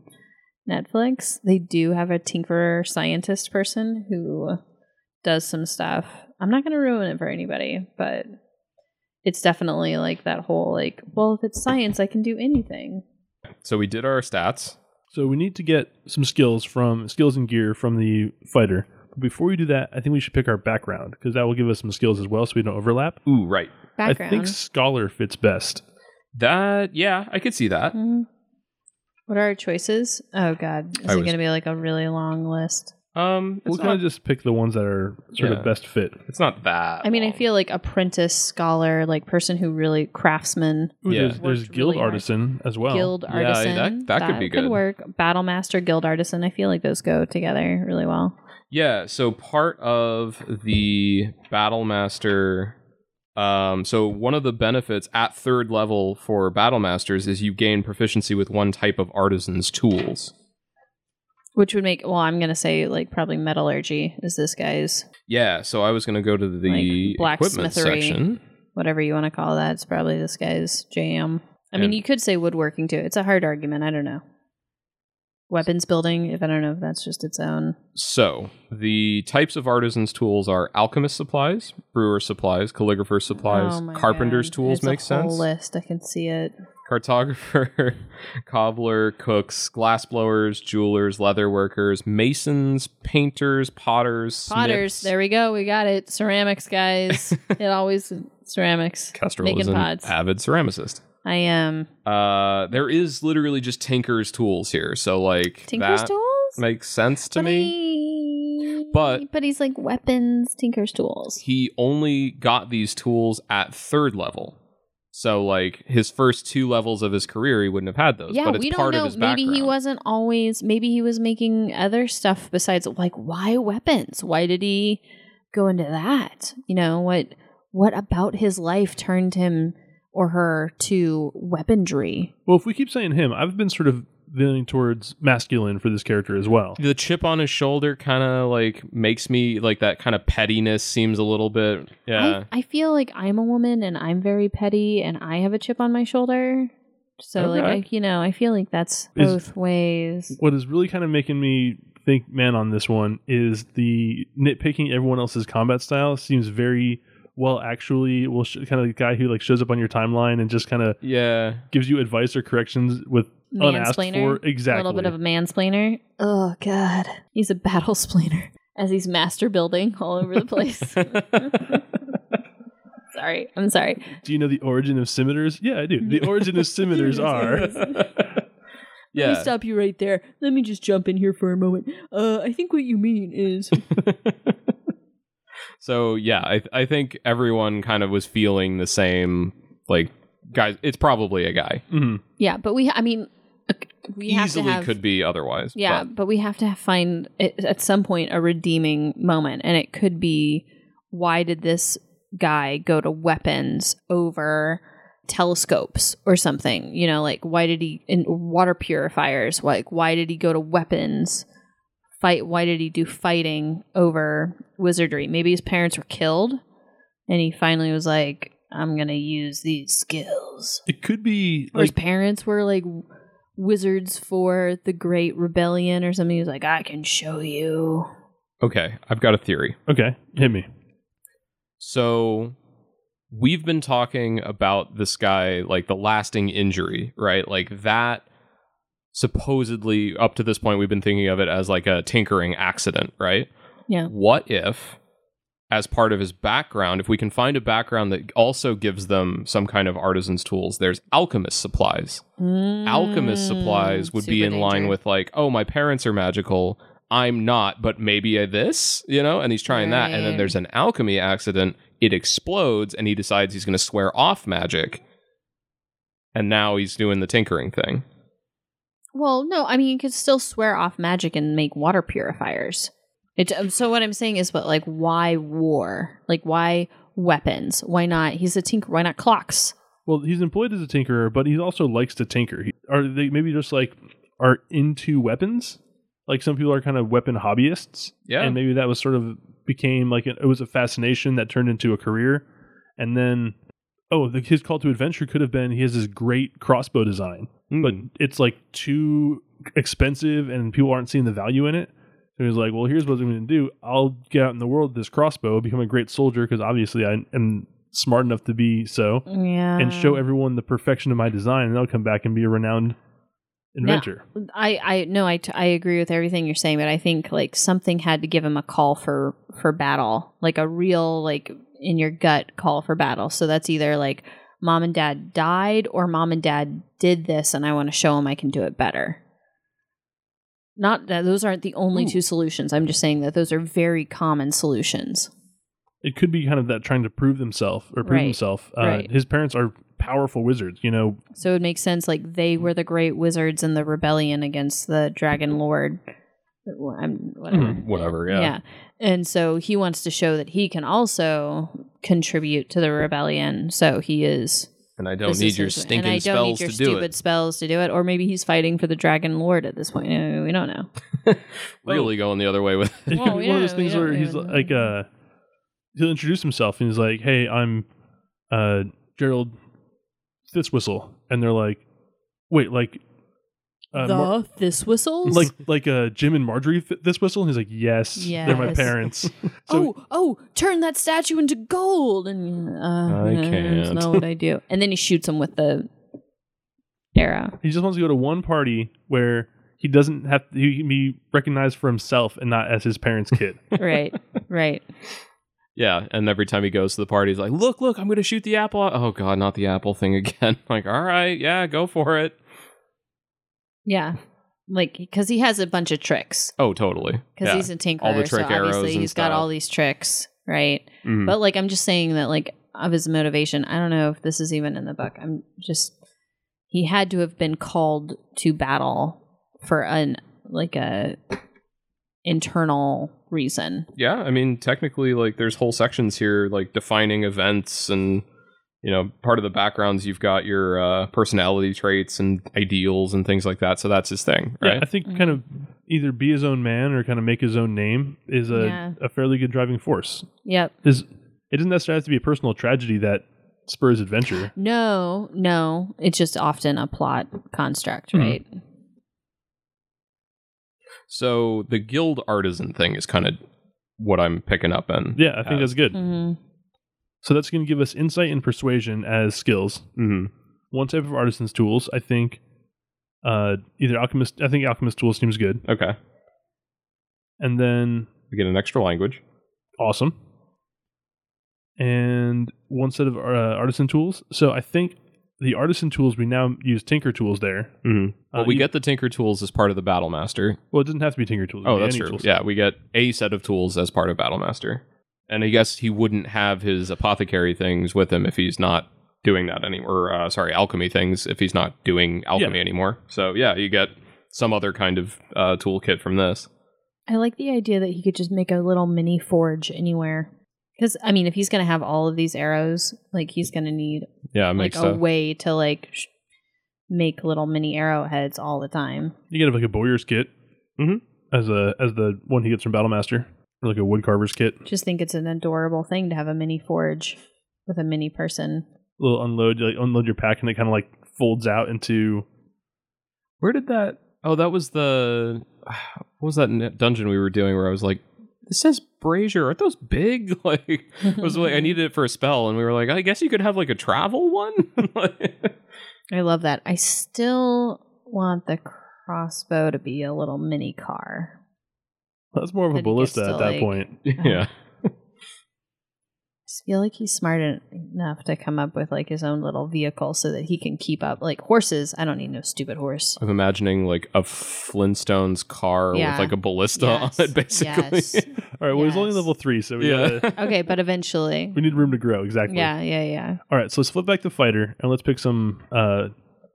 S2: Netflix. They do have a tinkerer scientist person who does some stuff. I'm not going to ruin it for anybody, but it's definitely like that whole like, well, if it's science, I can do anything.
S3: So we did our stats.
S1: So we need to get some skills from skills and gear from the fighter. But before we do that, I think we should pick our background because that will give us some skills as well, so we don't overlap.
S3: Ooh, right.
S1: I
S2: Background.
S1: think scholar fits best.
S3: That yeah, I could see that.
S2: Mhm. What are our choices? Oh God, is
S3: I
S2: it
S3: was-
S2: going to be like a really long list?
S3: Um, it's
S1: We'll kind
S3: not,
S1: of just pick the ones that are sort
S3: Yeah.
S1: of best fit.
S3: it's not that.
S2: I mean, I
S3: long.
S2: feel like apprentice, scholar, like person who really craftsman.
S1: Ooh,
S3: Yeah.
S1: There's, there's
S2: Worked
S1: guild
S2: really hard.
S1: artisan as well.
S2: guild
S3: yeah, that-
S2: artisan.
S3: that could be good.
S2: work. Battle master, guild artisan. I feel like those go together really well.
S3: yeah. So part of the battlemaster. Um, so one of the benefits at third level for battlemasters is you gain proficiency with one type of artisan's tools.
S2: Which would make well, I'm gonna say like probably metallurgy is this guy's
S3: Yeah. So I was going to go to the
S2: Like
S3: equipment
S2: blacksmithery.
S3: section.
S2: whatever you want to call that. It's probably this guy's jam. I mean,
S3: Yeah.
S2: you could say woodworking too. It's a hard argument. I don't know. Weapons building. If I don't know if that's just its own.
S3: So the types of artisan's tools are alchemist supplies, brewer supplies, calligrapher supplies,
S2: Oh my
S3: carpenter's
S2: God.
S3: tools
S2: It's a
S3: makes
S2: whole
S3: sense.
S2: List. I can see it.
S3: cartographer, cobbler, cooks, glassblowers, jewelers, leather workers, masons, painters, potters,
S2: Potters.
S3: smiths.
S2: There we go. We got it. Ceramics, guys. it always ceramics.
S3: Kestrel
S2: Making
S3: is an
S2: pots.
S3: avid ceramicist.
S2: I um, am
S3: Uh, there is literally just tinker's tools here, so like
S2: Tinker's
S3: that
S2: tools.
S3: makes sense to
S2: but
S3: me.
S2: he-
S3: But-
S2: but he's like weapons, Tinker's tools.
S3: He only got these tools at third level. So like his first two levels of his career, he wouldn't have had those.
S2: yeah,
S3: but it's
S2: we don't
S3: part
S2: know.
S3: of his
S2: Maybe he
S3: background.
S2: wasn't always. Maybe he was making other stuff besides. Like, why weapons? Why did he go into that? You know what? What about his life turned him or her to weaponry?
S1: Well, if we keep saying him, I've been sort of leaning towards masculine for this character as well.
S3: the chip on his shoulder kind of like makes me like that kind of pettiness seems a little bit yeah
S2: I, I feel like I'm a woman and I'm very petty and I have a chip on my shoulder. So like
S3: Okay.
S2: I, you know, I feel like that's
S1: Is-
S2: both ways.
S1: What is really kind of making me think man on this one is the nitpicking everyone else's combat style seems very well actually well sh- kind of the guy who like shows up on your timeline and just kind of
S3: yeah
S1: gives you advice or corrections with unasked for
S2: Mansplainer.
S1: exactly
S2: A little bit of a mansplainer. Oh god. He's a battle splainer as he's master building all over the place. sorry. I'm sorry.
S1: do you know the origin of scimitars yeah i do the origin of scimitars are
S3: yeah
S2: stop you right there. Let me just jump in here for a moment. Uh I think what you mean is
S3: so yeah I, I think everyone kind of was feeling the same like guys it's probably a guy
S1: Mhm.
S2: Yeah, but we I mean uh, we have
S3: easily
S2: to have
S3: could be otherwise
S2: Yeah,
S3: but-
S2: but, we have to have- find it, at some point a redeeming moment, and it could be why did this guy go to weapons over telescopes or something? You know, like why did he in water purifiers? Like why did he go to weapons? Fight? Why did he do fighting over wizardry? Maybe his parents were killed, and he finally was like, "I'm gonna use these skills."
S1: it could be
S2: or his
S1: like
S2: parents were like wizards for the great rebellion or something he was like i can show you
S3: okay i've got a theory
S1: okay hit me
S3: So we've been talking about this guy, like the lasting injury, right? Like that supposedly up to this point we've been thinking of it as like a tinkering accident, right?
S2: Yeah.
S3: What if as part of his background, if we can find a background that also gives them some kind of artisan's tools, there's alchemist supplies
S2: Mm.
S3: alchemist supplies would be in line with like, oh, my parents are magical. I'm not, but maybe I this, you know? And he's trying that. And then
S2: Right.
S3: there's an alchemy accident. It explodes and he decides he's going to swear off magic. And now he's doing the tinkering thing.
S2: well no i mean you could still swear off magic and make water purifiers it, um, so what i'm saying is but like why war like why weapons why not he's a tinker why not clocks
S1: Well, he's employed as a tinkerer, but he also likes to tinker. He, are they maybe just like are into weapons? Like some people are kind of weapon hobbyists,
S3: Yeah.
S1: and maybe that was sort of became like an, it was a fascination that turned into a career, and then oh, the, his call to adventure could have been he has this great crossbow design, but it's like too expensive, and people aren't seeing the value in it. So he's like, well, here's what I'm going to do. I'll get out in the world with this crossbow, become a great soldier because obviously I am smart enough to be so
S2: yeah
S1: and show everyone the perfection of my design, and they'll come back and be a renowned inventor.
S2: I I no I, t- I agree with everything you're saying, but I think like something had to give him a call for for battle, like a real like in your gut call for battle. So that's either like mom and dad died or mom and dad did this and I want to show them I can do it better. Not that those aren't the only
S3: Ooh.
S2: two solutions. I'm just saying that those are very common solutions.
S1: It could be kind of that trying to prove themselves or prove
S2: Right.
S1: himself. Uh,
S2: Right.
S1: His parents are powerful wizards, you know.
S2: So it makes sense like they were the great wizards in the rebellion against the dragon lord. I'm whatever.
S3: Whatever, yeah.
S2: And so he wants to show that he can also contribute to the rebellion. So he is.
S3: And I don't
S2: this
S3: need
S2: is
S3: your
S2: his-
S3: stinking
S2: and I don't
S3: spells
S2: need your
S3: to do
S2: stupid
S3: it.
S2: spells to do it. Or maybe he's fighting for the Dragon Lord at this point. Uh, We don't know.
S3: Really going the other way with
S1: It
S2: Well,
S1: could be
S2: yeah,
S1: one of those things
S2: yeah,
S1: where he's
S2: yeah.
S1: like, uh, he'll introduce himself and he's like, "Hey, I'm uh, Gerald Fitzwhistle," and they're like, "Wait, like." Uh,
S2: the
S1: Mar-
S2: this whistles.
S1: like like uh, Jim and Marjorie Fi- this whistle, and he's like, yes, they're my
S2: Yes.
S1: parents.
S2: oh oh, turn that statue into gold. And uh,
S3: I
S2: That's
S3: can't.
S2: not what I do. And then he shoots him with the arrow.
S1: He just wants to go to one party where he doesn't have to, he can be recognized for himself and not as his parents' kid.
S2: Right, right.
S3: Yeah, and every time he goes to the party, he's like, "Look, look, I'm going to shoot the apple." out." Oh god, not the apple thing again. like, all right, yeah, go for it.
S2: Yeah, like because he has a bunch of tricks.
S3: Oh, totally.
S2: because
S3: yeah.
S2: he's a tinkerer.
S3: All the trick
S2: so
S3: arrows
S2: obviously
S3: and
S2: he's got
S3: stuff.
S2: all these tricks, right?
S3: Mhm.
S2: But like I'm just saying that like of his motivation. I don't know if this is even in the book. I'm just he had to have been called to battle for an like a internal reason.
S3: Yeah, I mean, technically, like there's whole sections here, like defining events and you know, part of the backgrounds you've got your uh, personality traits and ideals and things like that. So that's his thing,
S1: Yeah,
S3: right?
S1: I think kind of either be his own man or kind of make his own name is a,
S2: Yeah.
S1: a fairly good driving force.
S2: Yep.
S1: His, it doesn't necessarily have to be a personal tragedy that spurs adventure.
S2: No, no. It's just often a plot construct,
S3: Mm-hmm.
S1: Mhm.
S2: right?
S3: So the guild artisan thing is kind of what I'm picking up in.
S1: Yeah, I think
S3: Uh,
S1: that's good.
S2: Mhm.
S1: So that's going to give us insight and persuasion as skills.
S3: hmm
S1: One type of artisan's tools, I think. Uh, either alchemist. I think alchemist tools seems good,
S3: Okay.
S1: and then
S3: We get an extra language.
S1: awesome. And one set of uh, artisan tools. So I think the artisan tools we now use tinker tools there.
S3: Mm-hmm. Well,
S1: Uh,
S3: we
S1: you-
S3: get the tinker tools as part of the battle master.
S1: Well, it doesn't have to be tinker tools. it
S3: Oh,
S1: can be
S3: that's
S1: any
S3: true.
S1: tools.
S3: Yeah, we get a set of tools as part of battle master. And I guess he wouldn't have his apothecary things with him if he's not doing that anymore. Or, uh, sorry, alchemy things if he's not doing alchemy
S1: Yeah.
S3: anymore. So yeah, you get some other kind of uh, toolkit from this.
S2: I like the idea that he could just make a little mini forge anywhere. Because I mean, if he's going to have all of these arrows, like he's going to need
S3: Yeah, it
S2: like
S3: makes
S2: a
S3: sense.
S2: way to like sh- make little mini arrowheads all the time.
S1: You can have like a bowyer's kit
S3: Mhm.
S1: as a as the one he gets from Battlemaster, or like a woodcarver's kit.
S2: Just think it's an adorable thing to have a mini forge with a mini person.
S1: little unload, like unload your pack, and it kind of like folds out into.
S3: Where did that? Oh, that was the what was that n- dungeon we were doing where I was like, "This says Brazier. Aren't those big?" Like, I was like, I needed it for a spell, and we were like, "I guess you could have like a travel one." Like-
S2: I love that. I still want the crossbow to be a little mini car.
S1: That's more of
S2: Then
S1: a
S2: it gets
S1: ballista at
S2: to,
S1: that
S2: like-
S1: point.
S3: yeah,
S2: just feel like he's smart en- enough to come up with like his own little vehicle so that he can keep up like horses i don't need no stupid horse
S3: I'm imagining like a Flintstones car
S2: Yeah.
S3: with like a ballista
S2: Yes.
S3: on it, basically.
S2: Yes.
S1: All right, well, he's only
S2: Yes.
S1: level three, so we
S3: yeah.
S1: gotta,
S2: okay but eventually
S1: we need room to grow. Exactly.
S2: yeah yeah yeah
S1: All right, so let's flip back to fighter and let's pick some uh,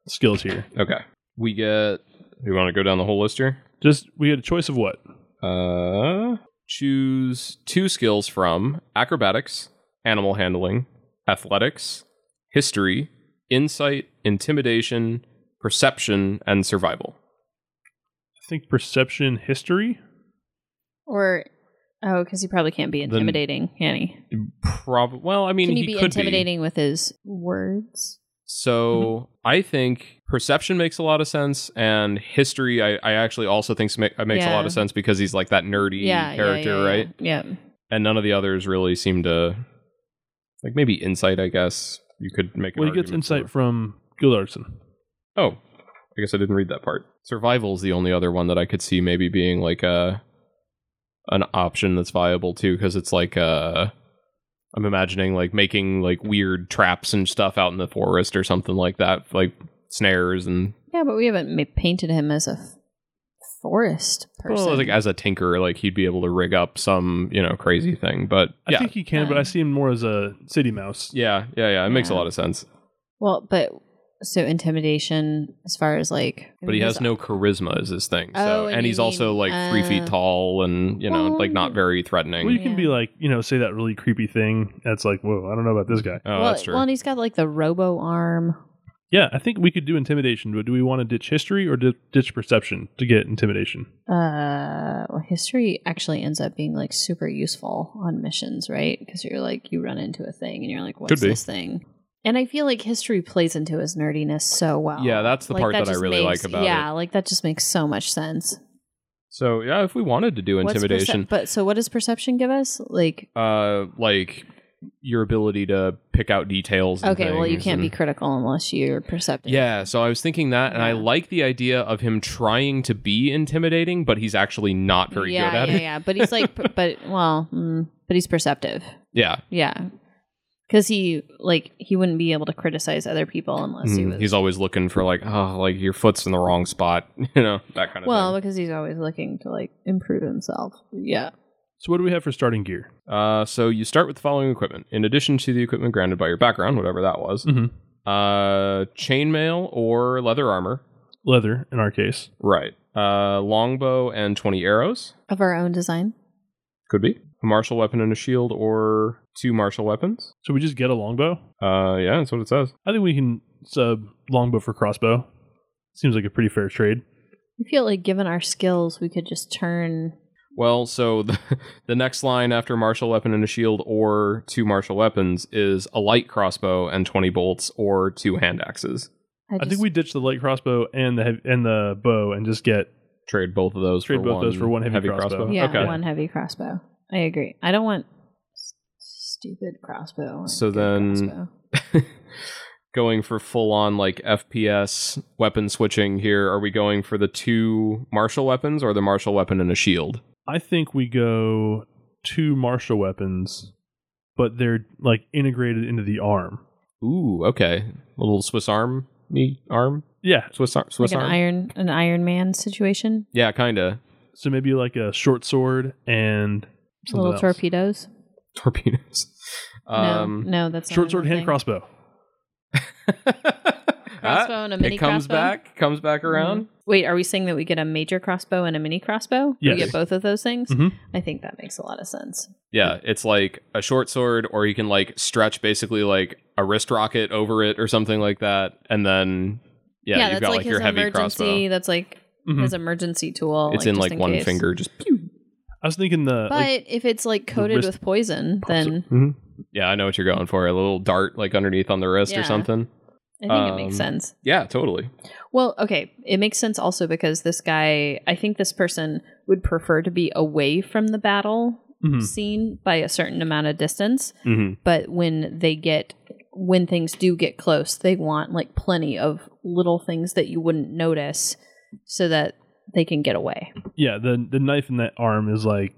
S1: skills here.
S3: Okay. We get. We want to go down the whole list here.
S1: Just we had a choice of what?
S3: Uh, choose two skills from acrobatics, animal handling, athletics, history, insight, intimidation, perception, and survival.
S1: I think perception, history.
S2: or oh because he probably can't be
S3: The-
S2: intimidating can he
S3: Prob- well, I mean,
S2: can
S3: he,
S2: he, be
S3: could
S2: intimidating with his words Mm-hmm.
S3: So I think perception makes a lot of sense, and history I, I actually also think sma- makes a
S2: Yeah.
S3: lot of sense because he's like that nerdy
S2: yeah yeah,
S3: character,
S2: yeah, yeah,
S3: right?
S2: yeah
S3: And none of the others really seem to like maybe insight. I guess you could make. an
S1: Well, he gets
S3: argument
S1: insight
S3: for.
S1: from Gildarson.
S3: Oh, I guess I didn't read that part. Survival's the only other one that I could see maybe being like a an option that's viable too, because it's like uh I'm imagining like making like weird traps and stuff out in the forest or something like that, like snares and
S2: yeah but we haven't ma- painted him as a f- forest person
S3: well, like as a tinker, like he'd be able to rig up some you know crazy thing. But
S1: I
S3: yeah,
S1: think he can, but I see him more as a city mouse.
S3: yeah, yeah, yeah, it makes a
S2: Yeah.
S3: lot of sense.
S2: well but so intimidation as far as like I
S3: But
S2: mean,
S3: he
S2: he's-
S3: has no charisma is his thing.
S2: Oh,
S3: So
S2: and
S3: and
S2: you
S3: he's also
S2: mean,
S3: like three feet
S2: uh,
S3: tall and you know
S2: well,
S3: like not very threatening.
S1: Well, you can
S2: Yeah.
S1: be like, you know, say that really creepy thing. That's like, whoa, I don't know about this guy.
S3: oh,
S2: well,
S3: that's true.
S2: well and he's got like the robo arm
S1: Yeah, I think we could do intimidation, but do we want to ditch history or di- ditch perception to get intimidation?
S2: uh well, history actually ends up being like super useful on missions right because you're like you run into a thing and you're like what's
S3: Could be.
S2: this thing and i feel like history plays into his nerdiness so well
S3: Yeah, that's the
S2: Like,
S3: part that I
S2: just
S3: really
S2: makes-
S3: like about
S2: yeah like that just makes so much sense
S3: So yeah, if we wanted to do
S2: What's percep-
S3: intimidation,
S2: but so what does perception give us like
S3: uh, like your ability to pick out details. and
S2: okay well you
S3: things
S2: can't be
S3: and-
S2: critical unless you're perceptive
S3: Yeah, so I was thinking that, and I
S2: Yeah.
S3: like the idea of him trying to be intimidating, but he's actually not very
S2: yeah
S3: good at
S2: yeah
S3: it.
S2: yeah but he's like p- but well mm, but he's perceptive
S3: Yeah,
S2: yeah because he like he wouldn't be able to criticize other people unless he
S3: Mm,
S2: was
S3: he's always looking for like, oh, like your foot's in the wrong spot, you know, that kind of
S2: Well,
S3: thing.
S2: because he's always looking to like improve himself. Yeah.
S1: So, what do we have for starting gear?
S3: Uh, so you start with the following equipment. In addition to the equipment granted by your background, whatever that was,
S1: Mhm.
S3: uh, chainmail or leather armor.
S1: Leather, in our case.
S3: Right. Uh, longbow and 20 arrows.
S2: Of our own design.
S3: Could be. A martial weapon and a shield or two martial weapons.
S1: So, we just get a longbow?
S3: Uh, yeah, that's what it says.
S1: I think we can sub longbow for crossbow. Seems like a pretty fair trade.
S2: I feel like given our skills, we could just turn.
S3: Well, so the, the next line after martial weapon and a shield or two martial weapons is a light crossbow and 20 bolts or two hand axes.
S1: I
S2: just-
S1: think we ditch the light crossbow and the heavy, and the bow and just get
S3: Trade both of those.
S1: Trade
S3: for
S1: both
S3: one
S1: those for one heavy crossbow.
S2: Yeah,
S3: okay.
S2: one heavy crossbow. I agree. I don't want s- stupid crossbow. I want
S3: So
S2: good
S3: then-
S2: crossbow.
S3: going for full on like FPS weapon switching here. Are we going for the two martial weapons or the martial weapon and a shield?
S1: I think we go two martial weapons, but they're like integrated into the arm.
S3: Ooh, okay. Little Swiss arm me arm?
S1: Yeah.
S3: Swiss arm Swiss
S2: like an
S3: arm?
S2: iron, an Iron Man situation.
S3: Yeah, kinda.
S1: So maybe like a short sword and something
S2: Little
S1: else.
S2: torpedoes.
S3: Torpedoes. Um ah,
S2: no, no, that's not
S1: Short sword,
S2: another
S1: hand
S2: thing.
S1: crossbow.
S2: Crossbow and a mini
S3: it comes
S2: crossbow? Mm-hmm.
S3: back, comes back around.
S2: Wait, are we saying that we get a major crossbow and a mini crossbow?
S1: Yes.
S2: We get both of those things?
S3: Mm-hmm.
S1: Mhm.
S2: I think that makes a lot of sense.
S3: Yeah, it's like a short sword, or you can like stretch basically like a wrist rocket over it or something like that, and then yeah,
S2: that's
S3: you've got like, your heavy crossbow.
S2: emergency. That's like
S1: Mhm.
S2: his emergency tool.
S3: Mm-hmm. It's in
S2: just
S3: like one
S2: case.
S3: finger, Uh, just
S1: I was thinking the
S2: But
S1: like,
S2: if it's like coated
S1: wrist
S2: with poison, then
S3: Yeah, I know what you're going for. A little dart like underneath on the wrist
S2: Yeah.
S3: or something.
S2: I think it makes
S3: Um,
S2: sense.
S3: Yeah, totally.
S2: Well, okay. It makes sense also because this guy, I think this person would prefer to be away from the battle
S3: Hmm.
S1: Mhm.
S2: scene by a certain amount of distance.
S3: Mm-hmm.
S2: But when they get, when things do get close, they want like plenty of little things that you wouldn't notice so that they can get away.
S1: yeah, the the knife in that arm is like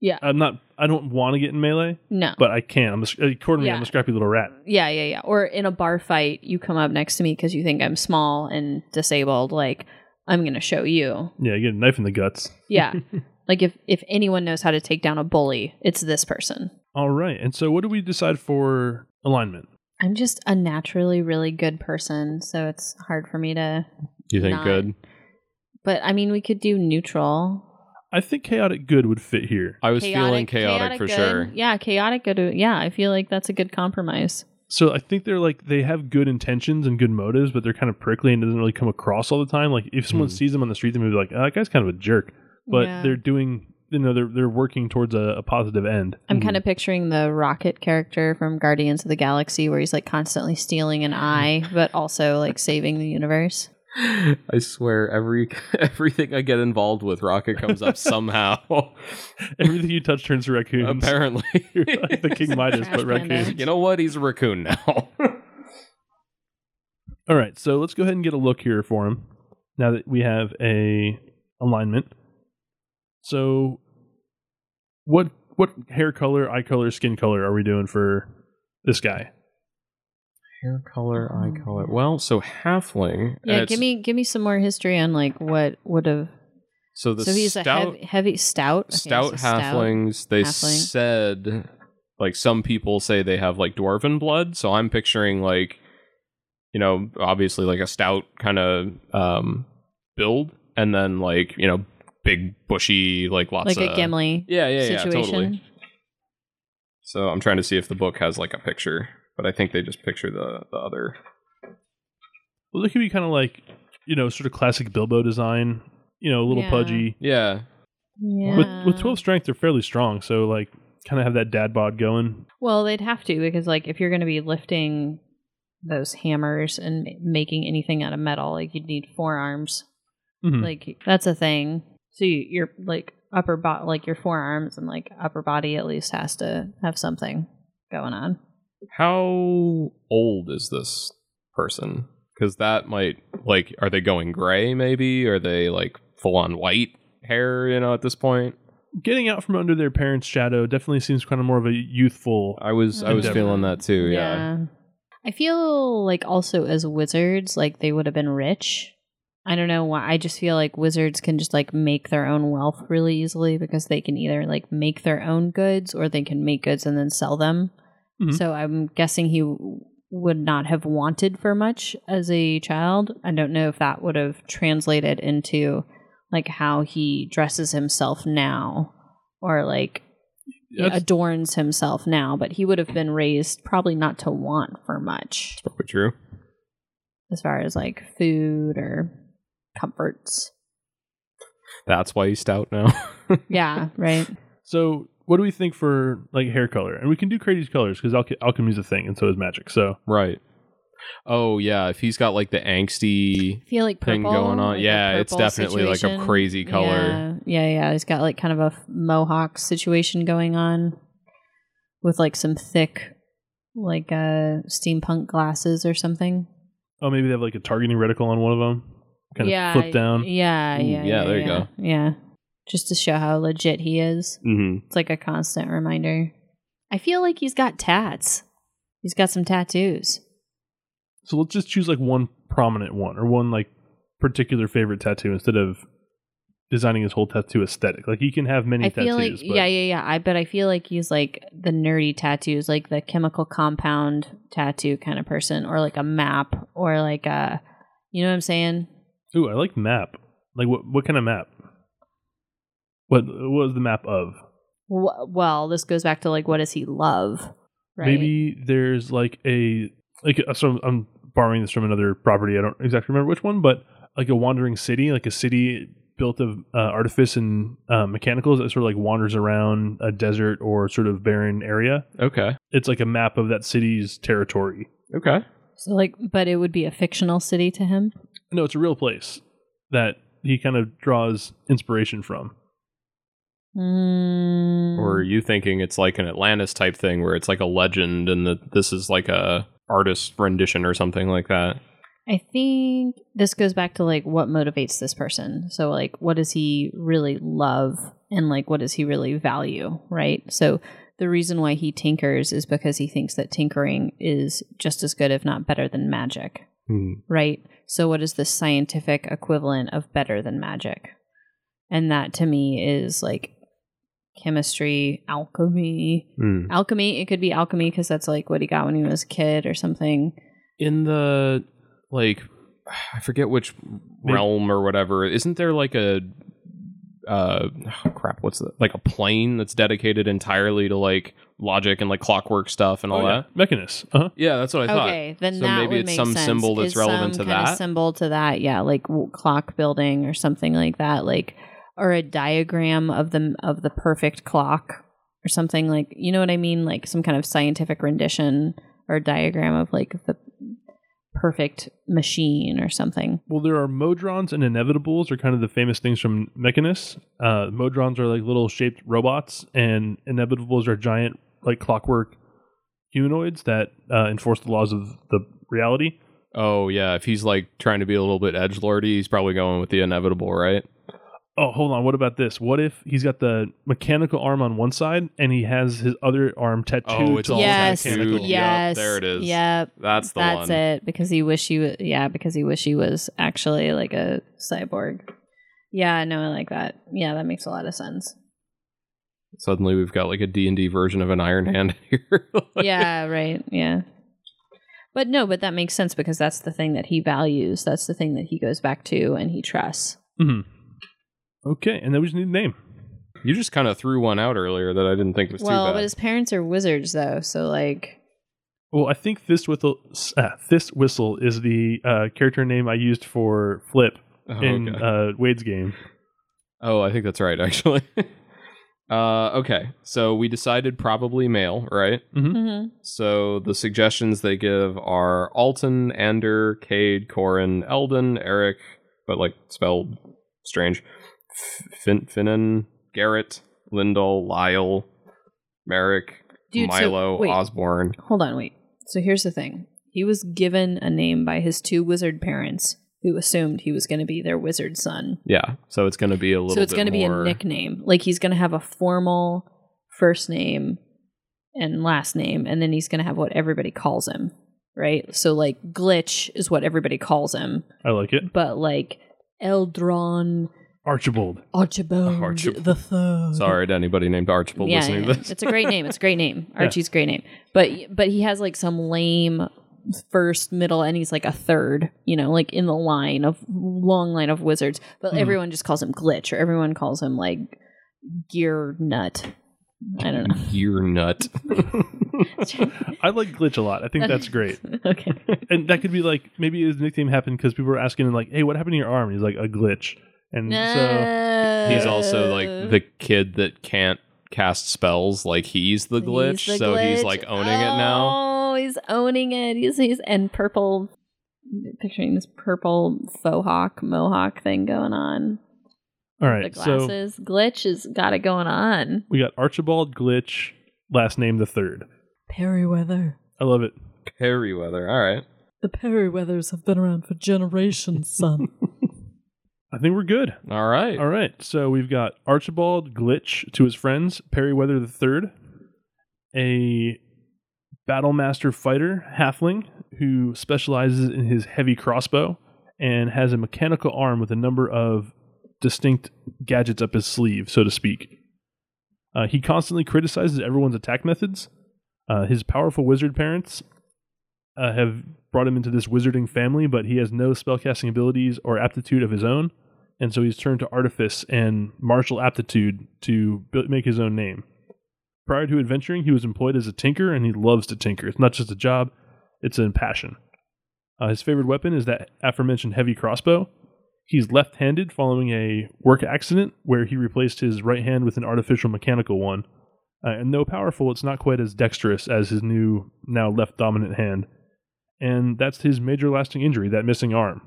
S2: Yeah.
S1: I'm not I don't want to get in melee,
S2: No.
S1: but I can. I'm a, sc- according to me, I'm
S2: Yeah.
S1: a scrappy little rat.
S2: yeah, yeah, yeah. Or in a bar fight, you come up next to me because you think I'm small and disabled. Like, I'm going to show you.
S1: Yeah, get a knife in the guts.
S2: Yeah. like if if anyone knows how to take down a bully, it's this person.
S1: All right. And so what do we decide for alignment?
S2: I'm just a naturally really good person, so it's hard for me to
S3: You think
S2: Not-
S3: good?
S2: but I mean we could do neutral.
S1: I think chaotic good would fit here.
S3: I was feeling chaotic, for
S2: good.
S3: sure.
S2: Yeah, chaotic good. Yeah, I feel like that's a good compromise.
S1: So I think they're like they have good intentions and good motives, but they're kind of prickly and doesn't really come across all the time. Like if someone
S3: Hmm.
S1: sees them on the street, they may be like, "Oh, that guy's kind of a jerk," but
S2: Yeah.
S1: they're doing you know they're they're working towards a, a positive end.
S2: I'm kind of picturing the Rocket character from Guardians of the Galaxy where he's like constantly stealing an eye but also like saving the universe.
S3: I swear, every everything I get involved with, Rocket comes up somehow.
S1: Everything you touch turns to raccoons.
S3: Apparently,
S1: You're like the King Midas,
S2: Trash
S1: but
S2: panda.
S1: raccoons.
S3: you know what? He's a raccoon now.
S1: All right, so let's go ahead and get a look here for him. Now that we have a alignment, so what what hair color, eye color, skin color are we doing for this guy?
S3: Hair color, eye color. Well, so halfling. and
S2: Yeah,
S3: it's-
S2: give me give me some more history on like what would have
S3: So the
S2: So he's
S3: stout,
S2: a heavy, heavy stout Okay,
S3: stout
S2: so
S3: halflings. They
S2: halfling.
S3: said, like some people say they have like dwarven blood. So I'm picturing like, you know, obviously like a stout kind of um build, and then like you know, big bushy like lots
S2: like a
S3: of
S2: Gimli
S3: Yeah, yeah, yeah,
S2: situation.
S3: totally. So I'm trying to see if the book has like a picture, but I think they just picture the the other.
S1: Well, they could be kind of like, you know, sort of classic Bilbo design. You know, a little
S2: Yeah.
S1: pudgy.
S3: Yeah,
S2: Yeah.
S1: With with twelve strength, they're fairly strong. So like, kind of have that dad bod going.
S2: Well, they'd have to because like if you're going to be lifting those hammers and ma- making anything out of metal, like you'd need forearms.
S3: Hmm.
S1: Mhm.
S2: Like that's a thing. So you, your like upper body, like your forearms and like upper body at least has to have something going on.
S3: how old is this person? Because that might like, are they going gray? Maybe are they like full on white hair? You know, at this point,
S1: Getting out from under their parents' shadow definitely seems kind of more of a youthful.
S3: I was I was
S1: Endeavor.
S3: feeling that too. Yeah.
S2: I feel like also as wizards, like they would have been rich I don't know why. I just feel like wizards can just like make their own wealth really easily because they can either like make their own goods or they can make goods and then sell them.
S1: Mhm.
S2: So I'm guessing he w- would not have wanted for much as a child. I don't know if that would have translated into like how he dresses himself now or like
S1: That's-
S2: adorns himself now, but he would have been raised probably not to want for much
S3: Probably true.
S2: as far as like food or comforts.
S3: That's why he's stout now.
S2: Yeah, right.
S1: So, what do we think for like hair color? And we can do crazy colors because alch- alchemy's a thing, and so is magic. So,
S3: right. Oh yeah, if he's got like the angsty
S2: I feel like purple
S3: thing going on,
S2: like a
S3: yeah, it's
S2: purple
S3: definitely like a
S2: situation.
S3: crazy color.
S2: Yeah, yeah, yeah. He's got like kind of a f- mohawk situation going on with like some thick, like uh, steampunk glasses or something.
S1: oh, maybe they have like a targeting reticle on one of them, kind of
S2: yeah,
S1: flip down.
S2: Yeah,
S3: Ooh,
S2: yeah,
S3: yeah, there you
S2: yeah.
S3: go.
S2: Yeah, just to show how legit he is.
S3: Mm-hmm.
S2: It's like a constant reminder. I feel like he's got tats. He's got some tattoos.
S1: So let's just choose like one prominent one or one like particular favorite tattoo instead of designing his whole tattoo aesthetic. Like he can have many
S2: I
S1: tattoos.
S2: feel like
S1: but
S2: yeah, yeah, yeah. I but I feel like he's like the nerdy tattoos, like the chemical compound tattoo kind of person, or like a map, or like a, you know what I'm saying?
S1: Ooh, I like map. Like what? What kind of map? What, what was the map of?
S2: Wh- Well, this goes back to like what does he love? Right?
S1: Maybe there's like a like uh, so I'm borrowing this from another property. I don't exactly remember which one, but like a wandering city, like a city built of uh, artifice and uh, mechanicals that sort of like wanders around a desert or sort of barren area.
S3: Okay.
S1: It's like a map of that city's territory.
S3: Okay.
S2: so like, but it would be a fictional city to him.
S1: No, it's a real place that he kind of draws inspiration from.
S2: Mm,
S3: Or are you thinking it's like an Atlantis type thing where it's like a legend and that this is like a artist rendition or something like that?
S2: I think this goes back to like what motivates this person. So like what does he really love and like what does he really value, right? So the reason why he tinkers is because he thinks that tinkering is just as good if not better than magic, right? So what is the scientific equivalent of better than magic? And that to me is like chemistry, alchemy. Alchemy, it could be alchemy because that's like what he got when he was a kid or something.
S3: In the like I forget which
S1: Maybe-
S3: realm or whatever, isn't there like a uh oh, crap, what's that? Like a plane that's dedicated entirely to like logic and like clockwork stuff and all
S1: Oh, yeah.
S3: that?
S1: Mechanus. Uh-huh.
S3: Oh, Yeah, that's what I thought.
S2: Okay, then
S3: So
S2: that
S3: maybe
S2: would
S3: it's
S2: make
S3: some
S2: sense.
S3: symbol that's
S2: Is
S3: relevant
S2: some
S3: to
S2: kinda
S3: that?
S2: Symbol to that, yeah, like w- clock building or something like that, like or a diagram of the of the perfect clock or something like you know what I mean, like some kind of scientific rendition or diagram of like the perfect machine or something.
S1: Well, there are modrons and inevitables are kind of the famous things from Mechanus. Uh, modrons are like little shaped robots, and inevitables are giant like clockwork humanoids that uh, enforce the laws of the reality.
S3: Oh yeah, if he's like trying to be a little bit edge lordy, he's probably going with the inevitable, right?
S1: Oh, hold on. What about this? What if he's got the mechanical arm on one side and he has his other arm tattooed?
S3: Oh, it's
S1: to
S3: all
S2: yes,
S3: mechanical. Yup,
S2: yes,
S3: there it is.
S2: Yep,
S3: That's the
S2: that's
S3: one.
S2: it. Because he wish he, wa- yeah, because he wish he was actually like a cyborg. Yeah, no, I like that. Yeah, that makes a lot of sense.
S3: Suddenly we've got like a D&D version of an Iron Hand here. Like,
S2: yeah, right. Yeah. But no, but that makes sense because that's the thing that he values. That's the thing that he goes back to and he trusts.
S1: Mhm. Okay, and then we just need a name.
S3: You just kind of threw one out earlier that I didn't think was
S2: well,
S3: too
S2: but
S3: bad.
S2: his parents are wizards though, so like
S1: Well, I think Fist Whistle, uh, Fist Whistle is the uh, character name I used for Flip
S3: oh,
S1: in
S3: okay.
S1: uh, Wade's game.
S3: Oh, I think that's right actually. uh okay. So we decided probably male, right?
S2: Mm-hmm.
S3: So the suggestions they give are Alton, Ander, Cade, Corin, Eldon, Eric, but like spelled strange, F- fin- Finnan, Garrett, Lindell, Lyle, Merrick,
S2: Dude, so-
S3: Milo,
S2: wait.
S3: Osborne.
S2: Hold on, wait. So here's the thing. He was given a name by his two wizard parents who assumed he was going to be their wizard son.
S3: Yeah, so it's going to be a little.
S2: So it's
S3: going to
S2: be a nickname. Like he's going to have a formal first name and last name, and then he's going to have what everybody calls him, right? So like glitch is what everybody calls him,
S1: I like it.
S2: but like Eldron
S1: Archibald.
S2: Archibald,
S3: Archibald.
S2: the Third.
S3: Sorry to anybody named Archibald
S2: yeah,
S3: listening
S2: yeah,
S3: to this.
S2: it's a great name. It's a great name. Archie's a great name, but but he has like some lame first, middle, and he's like a third. You know, like in the line of long line of wizards. But
S3: Mm-hmm.
S1: Hmm.
S2: everyone just calls him Glitch, or everyone calls him like Gear Nut. I don't know.
S3: Gear nut.
S1: I like glitch a lot. I think that's great.
S2: okay.
S1: And that could be like maybe his nickname happened because people were asking him like, "Hey, what happened to your arm?" And he's like, "A glitch." And so
S3: He's also like the kid that can't cast spells. Like he's the glitch,
S2: the
S3: so he's
S2: glitch.
S3: like owning it now.
S2: Oh, he's owning it. He's he's and purple. Picturing this purple faux hawk mohawk thing going on.
S1: all
S2: the
S1: right, so
S2: glasses. Glitch has got it going on.
S1: we got Archibald Glitch, last name the third.
S4: Perryweather.
S1: I love it.
S3: Oh. Perryweather. All right.
S4: The Perryweathers have been around for generations, son.
S1: I think we're good.
S3: All right.
S1: All right, so we've got Archibald Glitch to his friends, Perryweather the Third, a battlemaster fighter halfling who specializes in his heavy crossbow and has a mechanical arm with a number of distinct gadgets up his sleeve, so to speak. Uh, he constantly criticizes everyone's attack methods. Uh, his powerful wizard parents uh, have brought him into this wizarding family, but he has no spellcasting abilities or aptitude of his own and so he's turned to artifice and martial aptitude to bu- make his own name. Prior to adventuring, he was employed as a tinker, and he loves to tinker. It's not just a job; it's a passion. Uh, his favorite weapon is that aforementioned heavy crossbow. He's left-handed, following a work accident where he replaced his right hand with an artificial mechanical one. Uh, and though powerful, it's not quite as dexterous as his new, now left dominant hand. And that's his major lasting injury, that missing arm.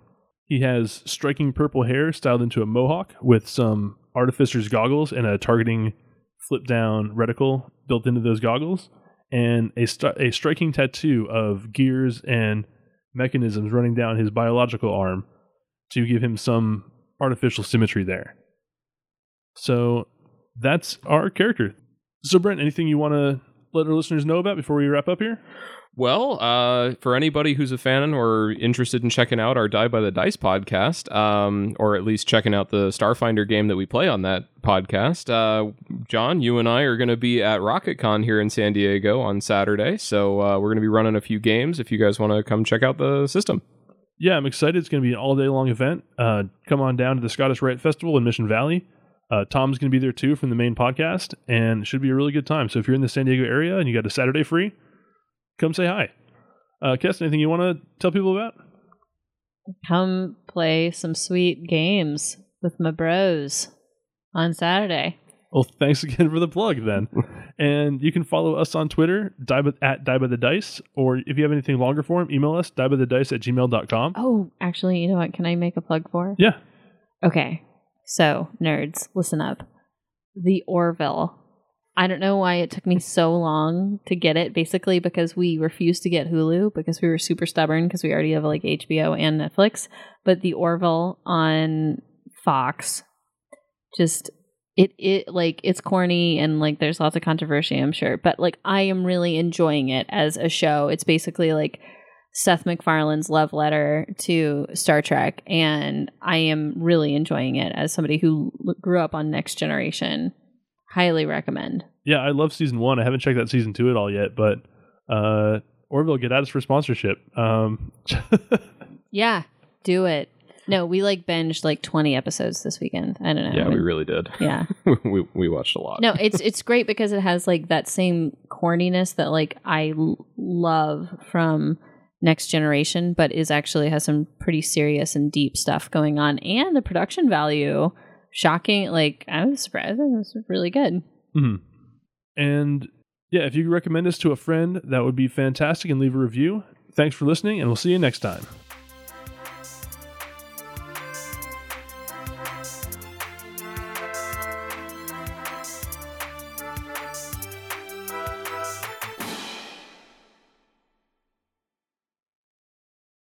S1: He has striking purple hair styled into a mohawk with some artificer's goggles and a targeting flip down reticle built into those goggles, and a, st- a striking tattoo of gears and mechanisms running down his biological arm to give him some artificial symmetry there. So that's our character. So, Brent, anything you want to let our listeners know about before we wrap up here?
S3: Well, uh, for anybody who's a fan or interested in checking out our Die by the Dice podcast, um, or at least checking out the Starfinder game that we play on that podcast, uh, John, you and I are going to be at RocketCon here in San Diego on Saturday. So uh, we're going to be running a few games if you guys want to come check out the system.
S1: yeah, I'm excited. It's going to be an all day long event. Uh, come on down to the Scottish Rite Festival in Mission Valley. Uh, Tom's going to be there too from the main podcast, and it should be a really good time. So if you're in the San Diego area and you got a Saturday free, come say hi. Uh, Kess, anything you want to tell people about?
S2: Come play some sweet games with my bros on Saturday.
S1: Well, thanks again for the plug then. and you can follow us on Twitter, die by, at die by the dice, or if you have anything longer for him, email us, die by the dice at gmail.com.
S2: Oh, actually, you know what? Can I make a plug for?
S1: Yeah.
S2: Okay. So, nerds, listen up. The Orville. I don't know why it took me so long to get it, basically because we refused to get Hulu because we were super stubborn because we already have like HBO and Netflix. But The Orville on Fox just it it like it's corny and like there's lots of controversy, I'm sure, but like I am really enjoying it as a show. It's basically like Seth MacFarlane's love letter to Star Trek, and I am really enjoying it as somebody who l- grew up on Next Generation. Highly recommend.
S1: Yeah, I love season one. I haven't checked out season two at all yet, but uh, Orville, get at us for sponsorship. Um,
S2: Yeah, do it. No, we like binged like twenty episodes this weekend. I don't know.
S3: Yeah, we really did.
S2: yeah.
S3: we, we watched a lot.
S2: No, it's it's great because it has like that same corniness that like I l- love from Next Generation, but is actually has some pretty serious and deep stuff going on, and the production value, shocking. Like I was surprised, it was really good.
S1: mhm. And yeah, if you recommend us to a friend, that would be fantastic and leave a review. Thanks for listening, and we'll see you next time.